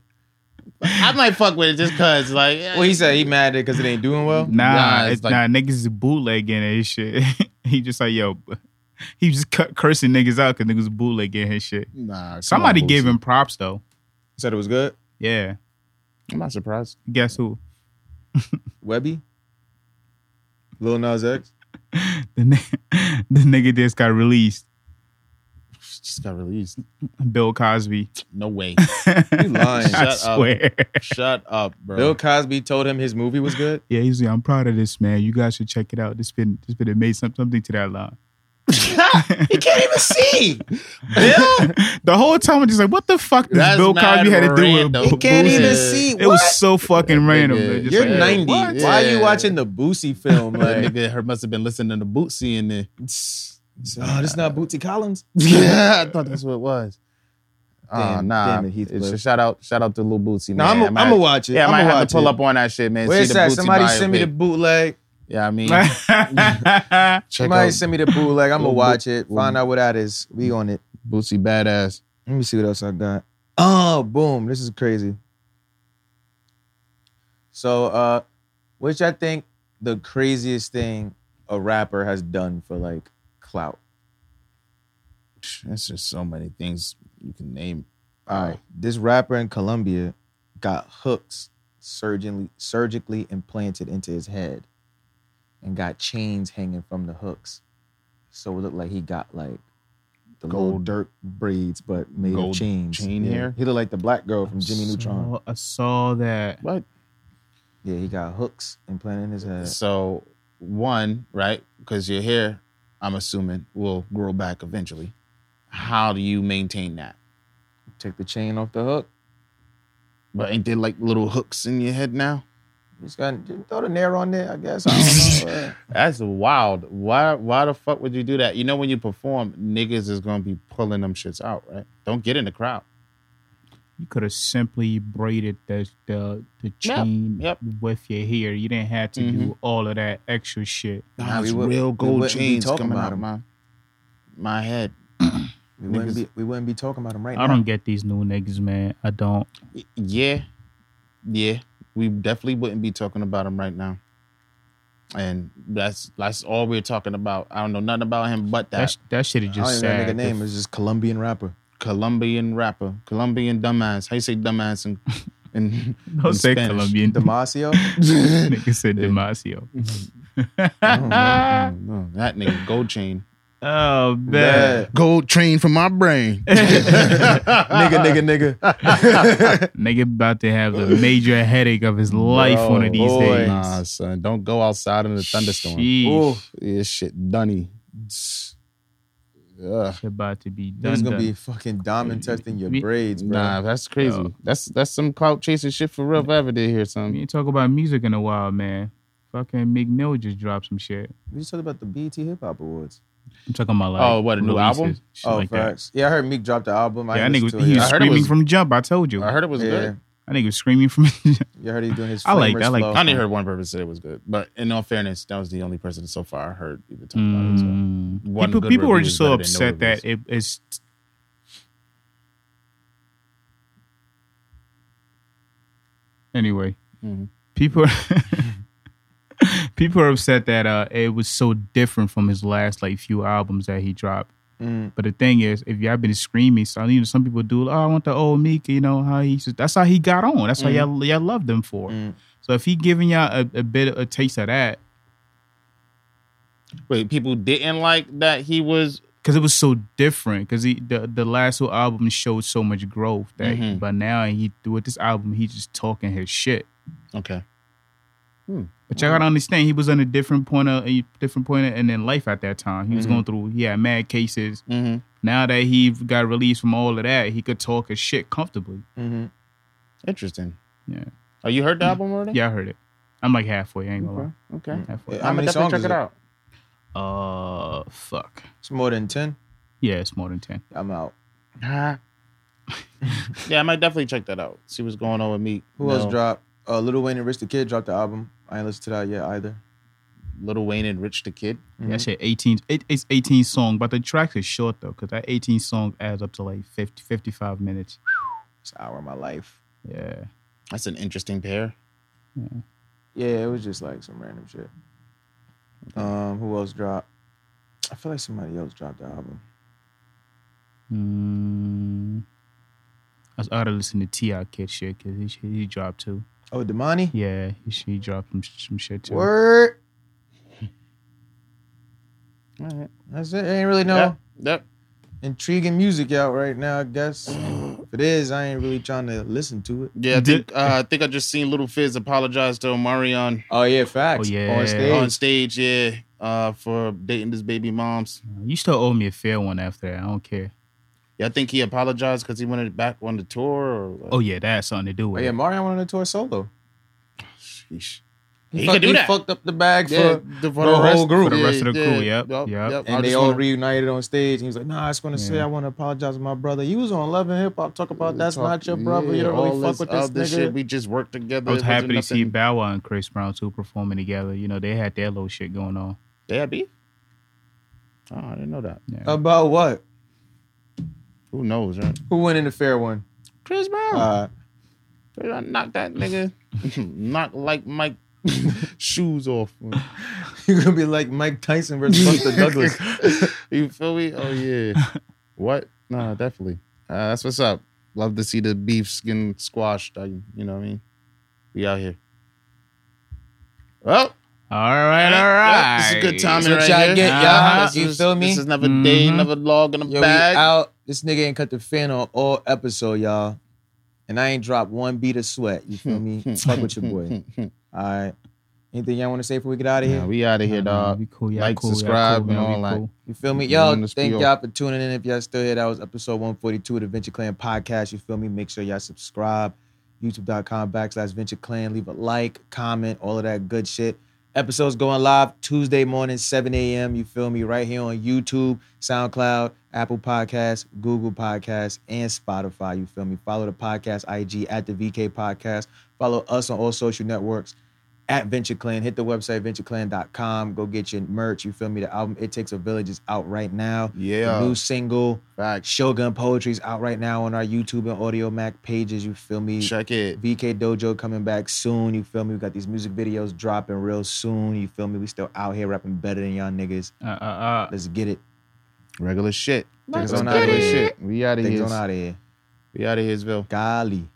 I might fuck with it just cause like Well, he said he mad because it ain't doing well. nah, Nah, it's it's nah, niggas is bootlegging his shit. he just like yo, he just cu- cursing niggas out because niggas bootlegging his shit. nah, come Somebody on, gave Boosie. him props though. Said it was good. Yeah, I'm not surprised. guess who? Webby, Lil Nas X. the, ni- the nigga just got released, Just got released. Bill Cosby. No way. You lying? I Shut up. swear. Shut up, bro. Bill Cosby told him his movie was good. Yeah, he's like, I'm proud of this man. You guys should check it out. This been this been amazing. Something to that line. he can't even see. Bill, the whole time I'm just like, what the fuck does That's Bill mad Cosby had to do with random. He Bo- can't Boosie? even It see. was so fucking random. nigga- man. Just You're like, 90. what? Why are you Yeah. watching the Boosie film? that Like, nigga her must have been listening to Bootsy in there. oh, this not Bootsy Collins. yeah, I thought that's what it was. Damn, Damn- nah, damn it, Heath It's- Cliff. shout out, shout out to Lil Bootsy. No, man. I'm I might- gonna watch it. Yeah, I I'm might gonna have watch to pull it. up on that shit, man. Where's see the that? Bootsy Somebody send me the biopic. bootleg. Yeah, I mean, check Somebody out send me the bootleg. I'm gonna Boot- watch it. boot- Find out what that is. We on it. Boosie Badass. Let me see what else I got. Oh, boom! This is crazy. So, uh, which I think the craziest thing a rapper has done for like clout. That's just so many things you can name. All right, this rapper in Colombia got hooks surgically surgically implanted into his head, and got chains hanging from the hooks, so it looked like he got like the little Gold- dirt braids, but made gold of chains. chain yeah. hair? He looked like the black girl from Jimmy Neutron. Saw- I saw that. What? Yeah, he got hooks implanted in his head. So one, right? Because your hair, I'm assuming, will grow back eventually. How do you maintain that? Take the chain off the hook. But ain't there like little hooks in your head now? Just got just throw the nair on there, I guess. I don't know. uh, That's wild. Why why the fuck would you do that? You know when you perform, niggas is gonna be pulling them shits out, right? Don't get in the crowd. You could have simply braided the the, the chain yep. with your hair. You didn't have to do all of that extra shit. Mm-hmm. Nah, Nah, we it's would- real we gold wouldn't be chains talking coming about out of 'em. my my head. we wouldn't Niggas- be we wouldn't be talking about him right I now. don't get these new niggas, man. I don't. Y- Yeah, yeah. We definitely wouldn't be talking about him right now. And that's that's all we're talking about. I don't know nothing about him but that That sh- that shit is I don't just even know the nigga sad. name. It's just Colombian rapper. Colombian rapper, Colombian dumbass. How you say dumbass in in, in Don't say Spanish? Colombian. Damasio. nigga said Demasio. No, no, that nigga gold chain, oh man, Yeah. gold train from my brain. nigga, nigga, nigga. nigga about to have the major headache of his life Bro, one of these boy. days. Nah, son, don't go outside in the thunderstorm. Sheesh. Ooh, Yeah, shit, dunny. Ugh. about to be done. nigga's gonna done. be fucking diamond testing your We- braids, bro. Nah, that's crazy. Yo. That's that's some clout chasing shit for real. If I ever did hear We something, ain't talk about music in a while, man. Fucking Meek Mill just dropped some shit. We just talked about the BET Hip Hop Awards. I'm talking about like Oh, what, a new album? shit Oh, like that. facts. Yeah, I heard Meek dropped the album. I Yeah, ain't that nigga was, listened to he it was I yet. heard it screaming was- from jump. I told you. I heard it was good. that nigga was screaming from. Yeah, you heard he doing his. I like that, I like I only heard one person say it was good, but in all fairness, that was the only person so far I heard even talk about it. so. Mm. One people good people were review just is better than so no upset that it, it's. Anyway, Mhm. people people are upset that uh, it was so different from his last like few albums that he dropped. Mm. But the thing is, if y'all been screaming, so you know some people do. Oh, I want the old Meek. You know how he. Just, that's how he got on. That's Mhm. how y'all y'all loved him for. Mm. So if he giving y'all a, a bit of a taste of that, Wait, people didn't like that he was. because it was so different. Because he the the last two albums showed so much growth that, Mhm. but now he with this album he just talking his shit. Okay, But y'all gotta understand, he was in a different point of a different point of, and in life at that time. He was Mhm. going through he had mad cases. mm-hmm. Now that he got released from all of that, he could talk his shit comfortably. hmm interesting. Yeah. Mm. Oh, you heard the album already? Yeah, I heard it. I'm like halfway. I ain't gonna lie. Okay. okay. Mm. Halfway. How I'ma many definitely songs is check it it? out. Uh, fuck. It's more than ten. Yeah, it's more than ten. I'm out. Huh? yeah, I might definitely check that out. See what's going on with me. Who else dropped? Uh, Little Wayne and Rich the Kid dropped the album. I ain't listened to that yet either. Little Wayne and Rich the Kid. That shit 18. It, it's 18 song, but the tracks is short though, because that 18 song adds up to like 50, 55 minutes. It's an hour of my life. Yeah. That's an interesting pair. Yeah, it was just like some random shit. Um, who else dropped? I feel like somebody else dropped the album. Mm, I ought to listen to Ti Kid shit because he he dropped too. Oh, Damani. Yeah, he, he dropped some some shit too. Word. All right. That's it. I ain't really know Yeah. Yep. intriguing music out right now. I guess if it is, I ain't really trying to listen to it. Yeah, I Did- think uh, I think I just seen Little Fizz apologize to Omarion Oh yeah, facts. Oh, yeah. On stage. on stage. Yeah, uh, for dating his baby moms. You still owe me a fair one after that. I don't care. Yeah, I think he apologized because he wanted it back on the tour. Or, uh, Oh yeah, that has something to do Oh with yeah, it. Mario went on a tour solo. sheesh. He fuck- could do that. fucked up the bag Yeah, for, the, the whole group. For the rest of the crew, yep, yep. I and they just all wanna- reunited on stage. And he was like, "Nah, I just want to say Yeah. I want to apologize to my brother. You was on Love and Hip Hop. Talk about that's talk- not your brother. yeah, you don't all really fuck with this other nigga." shit. We just worked together. I was It wasn't happy to see nothing- Bow Wow and Chris Brown too performing together. You know, they had their little shit going on. They had beef? Oh, I didn't know that. Yeah. About what? Who knows, right? Who went in the fair one? Chris Brown. Uh, Chris Brown knocked that nigga. knock like Mike shoes off. you're gonna be like Mike Tyson versus Buster Douglas. you feel me? Oh yeah. What? Nah, definitely. Uh, that's what's up. Love to see the beef skin squashed. I, you know what I mean? We out here. Well, all right, all yeah, right. this is good timing That's what right here. y'all get, y'all. Uh-huh. You This is- feel me? This is another day, Mhm. another log in the Yo, we bag. out. This nigga ain't cut the fan on all episode, y'all. And I ain't dropped one beat of sweat. You feel me? Fuck with your boy. All right. Anything y'all want to say before we get out of here? Nah, we out of here, Nah, man, dog. we cool, y'all uh, Like, cool, y'all subscribe, cool, man, and we all that. cool. You feel me? Mhm. Yo, Let's thank be y'all for tuning in. If y'all still here, that was episode 142 of the Venture Clan podcast. You feel me? Make sure y'all subscribe. YouTube.com backslash Venture Clan. Leave a like, comment, all of that good shit. Episodes going live Tuesday morning, 7 a.m. You feel me? Right here on YouTube, SoundCloud, Apple Podcasts, Google Podcasts, and Spotify. You feel me? Follow the podcast IG at the VK Podcast. Follow us on all social networks at Venture Clan. Hit the website, ventureclan.com. Go get your merch. You feel me? The album It Takes a Village is out right now. Yeah. The new single, Facts. Shogun Poetry, is out right now on our YouTube and Audio Mac pages. You feel me? Check it. VK Dojo coming back soon. You feel me? We got these music videos dropping real soon. You feel me? We still out here rapping better than y'all niggas. Uh, uh, uh. Let's get it. Regular shit. Things Let's on get regular it. shit. We out of Things on here. out of here. We out of Hiersville. Golly.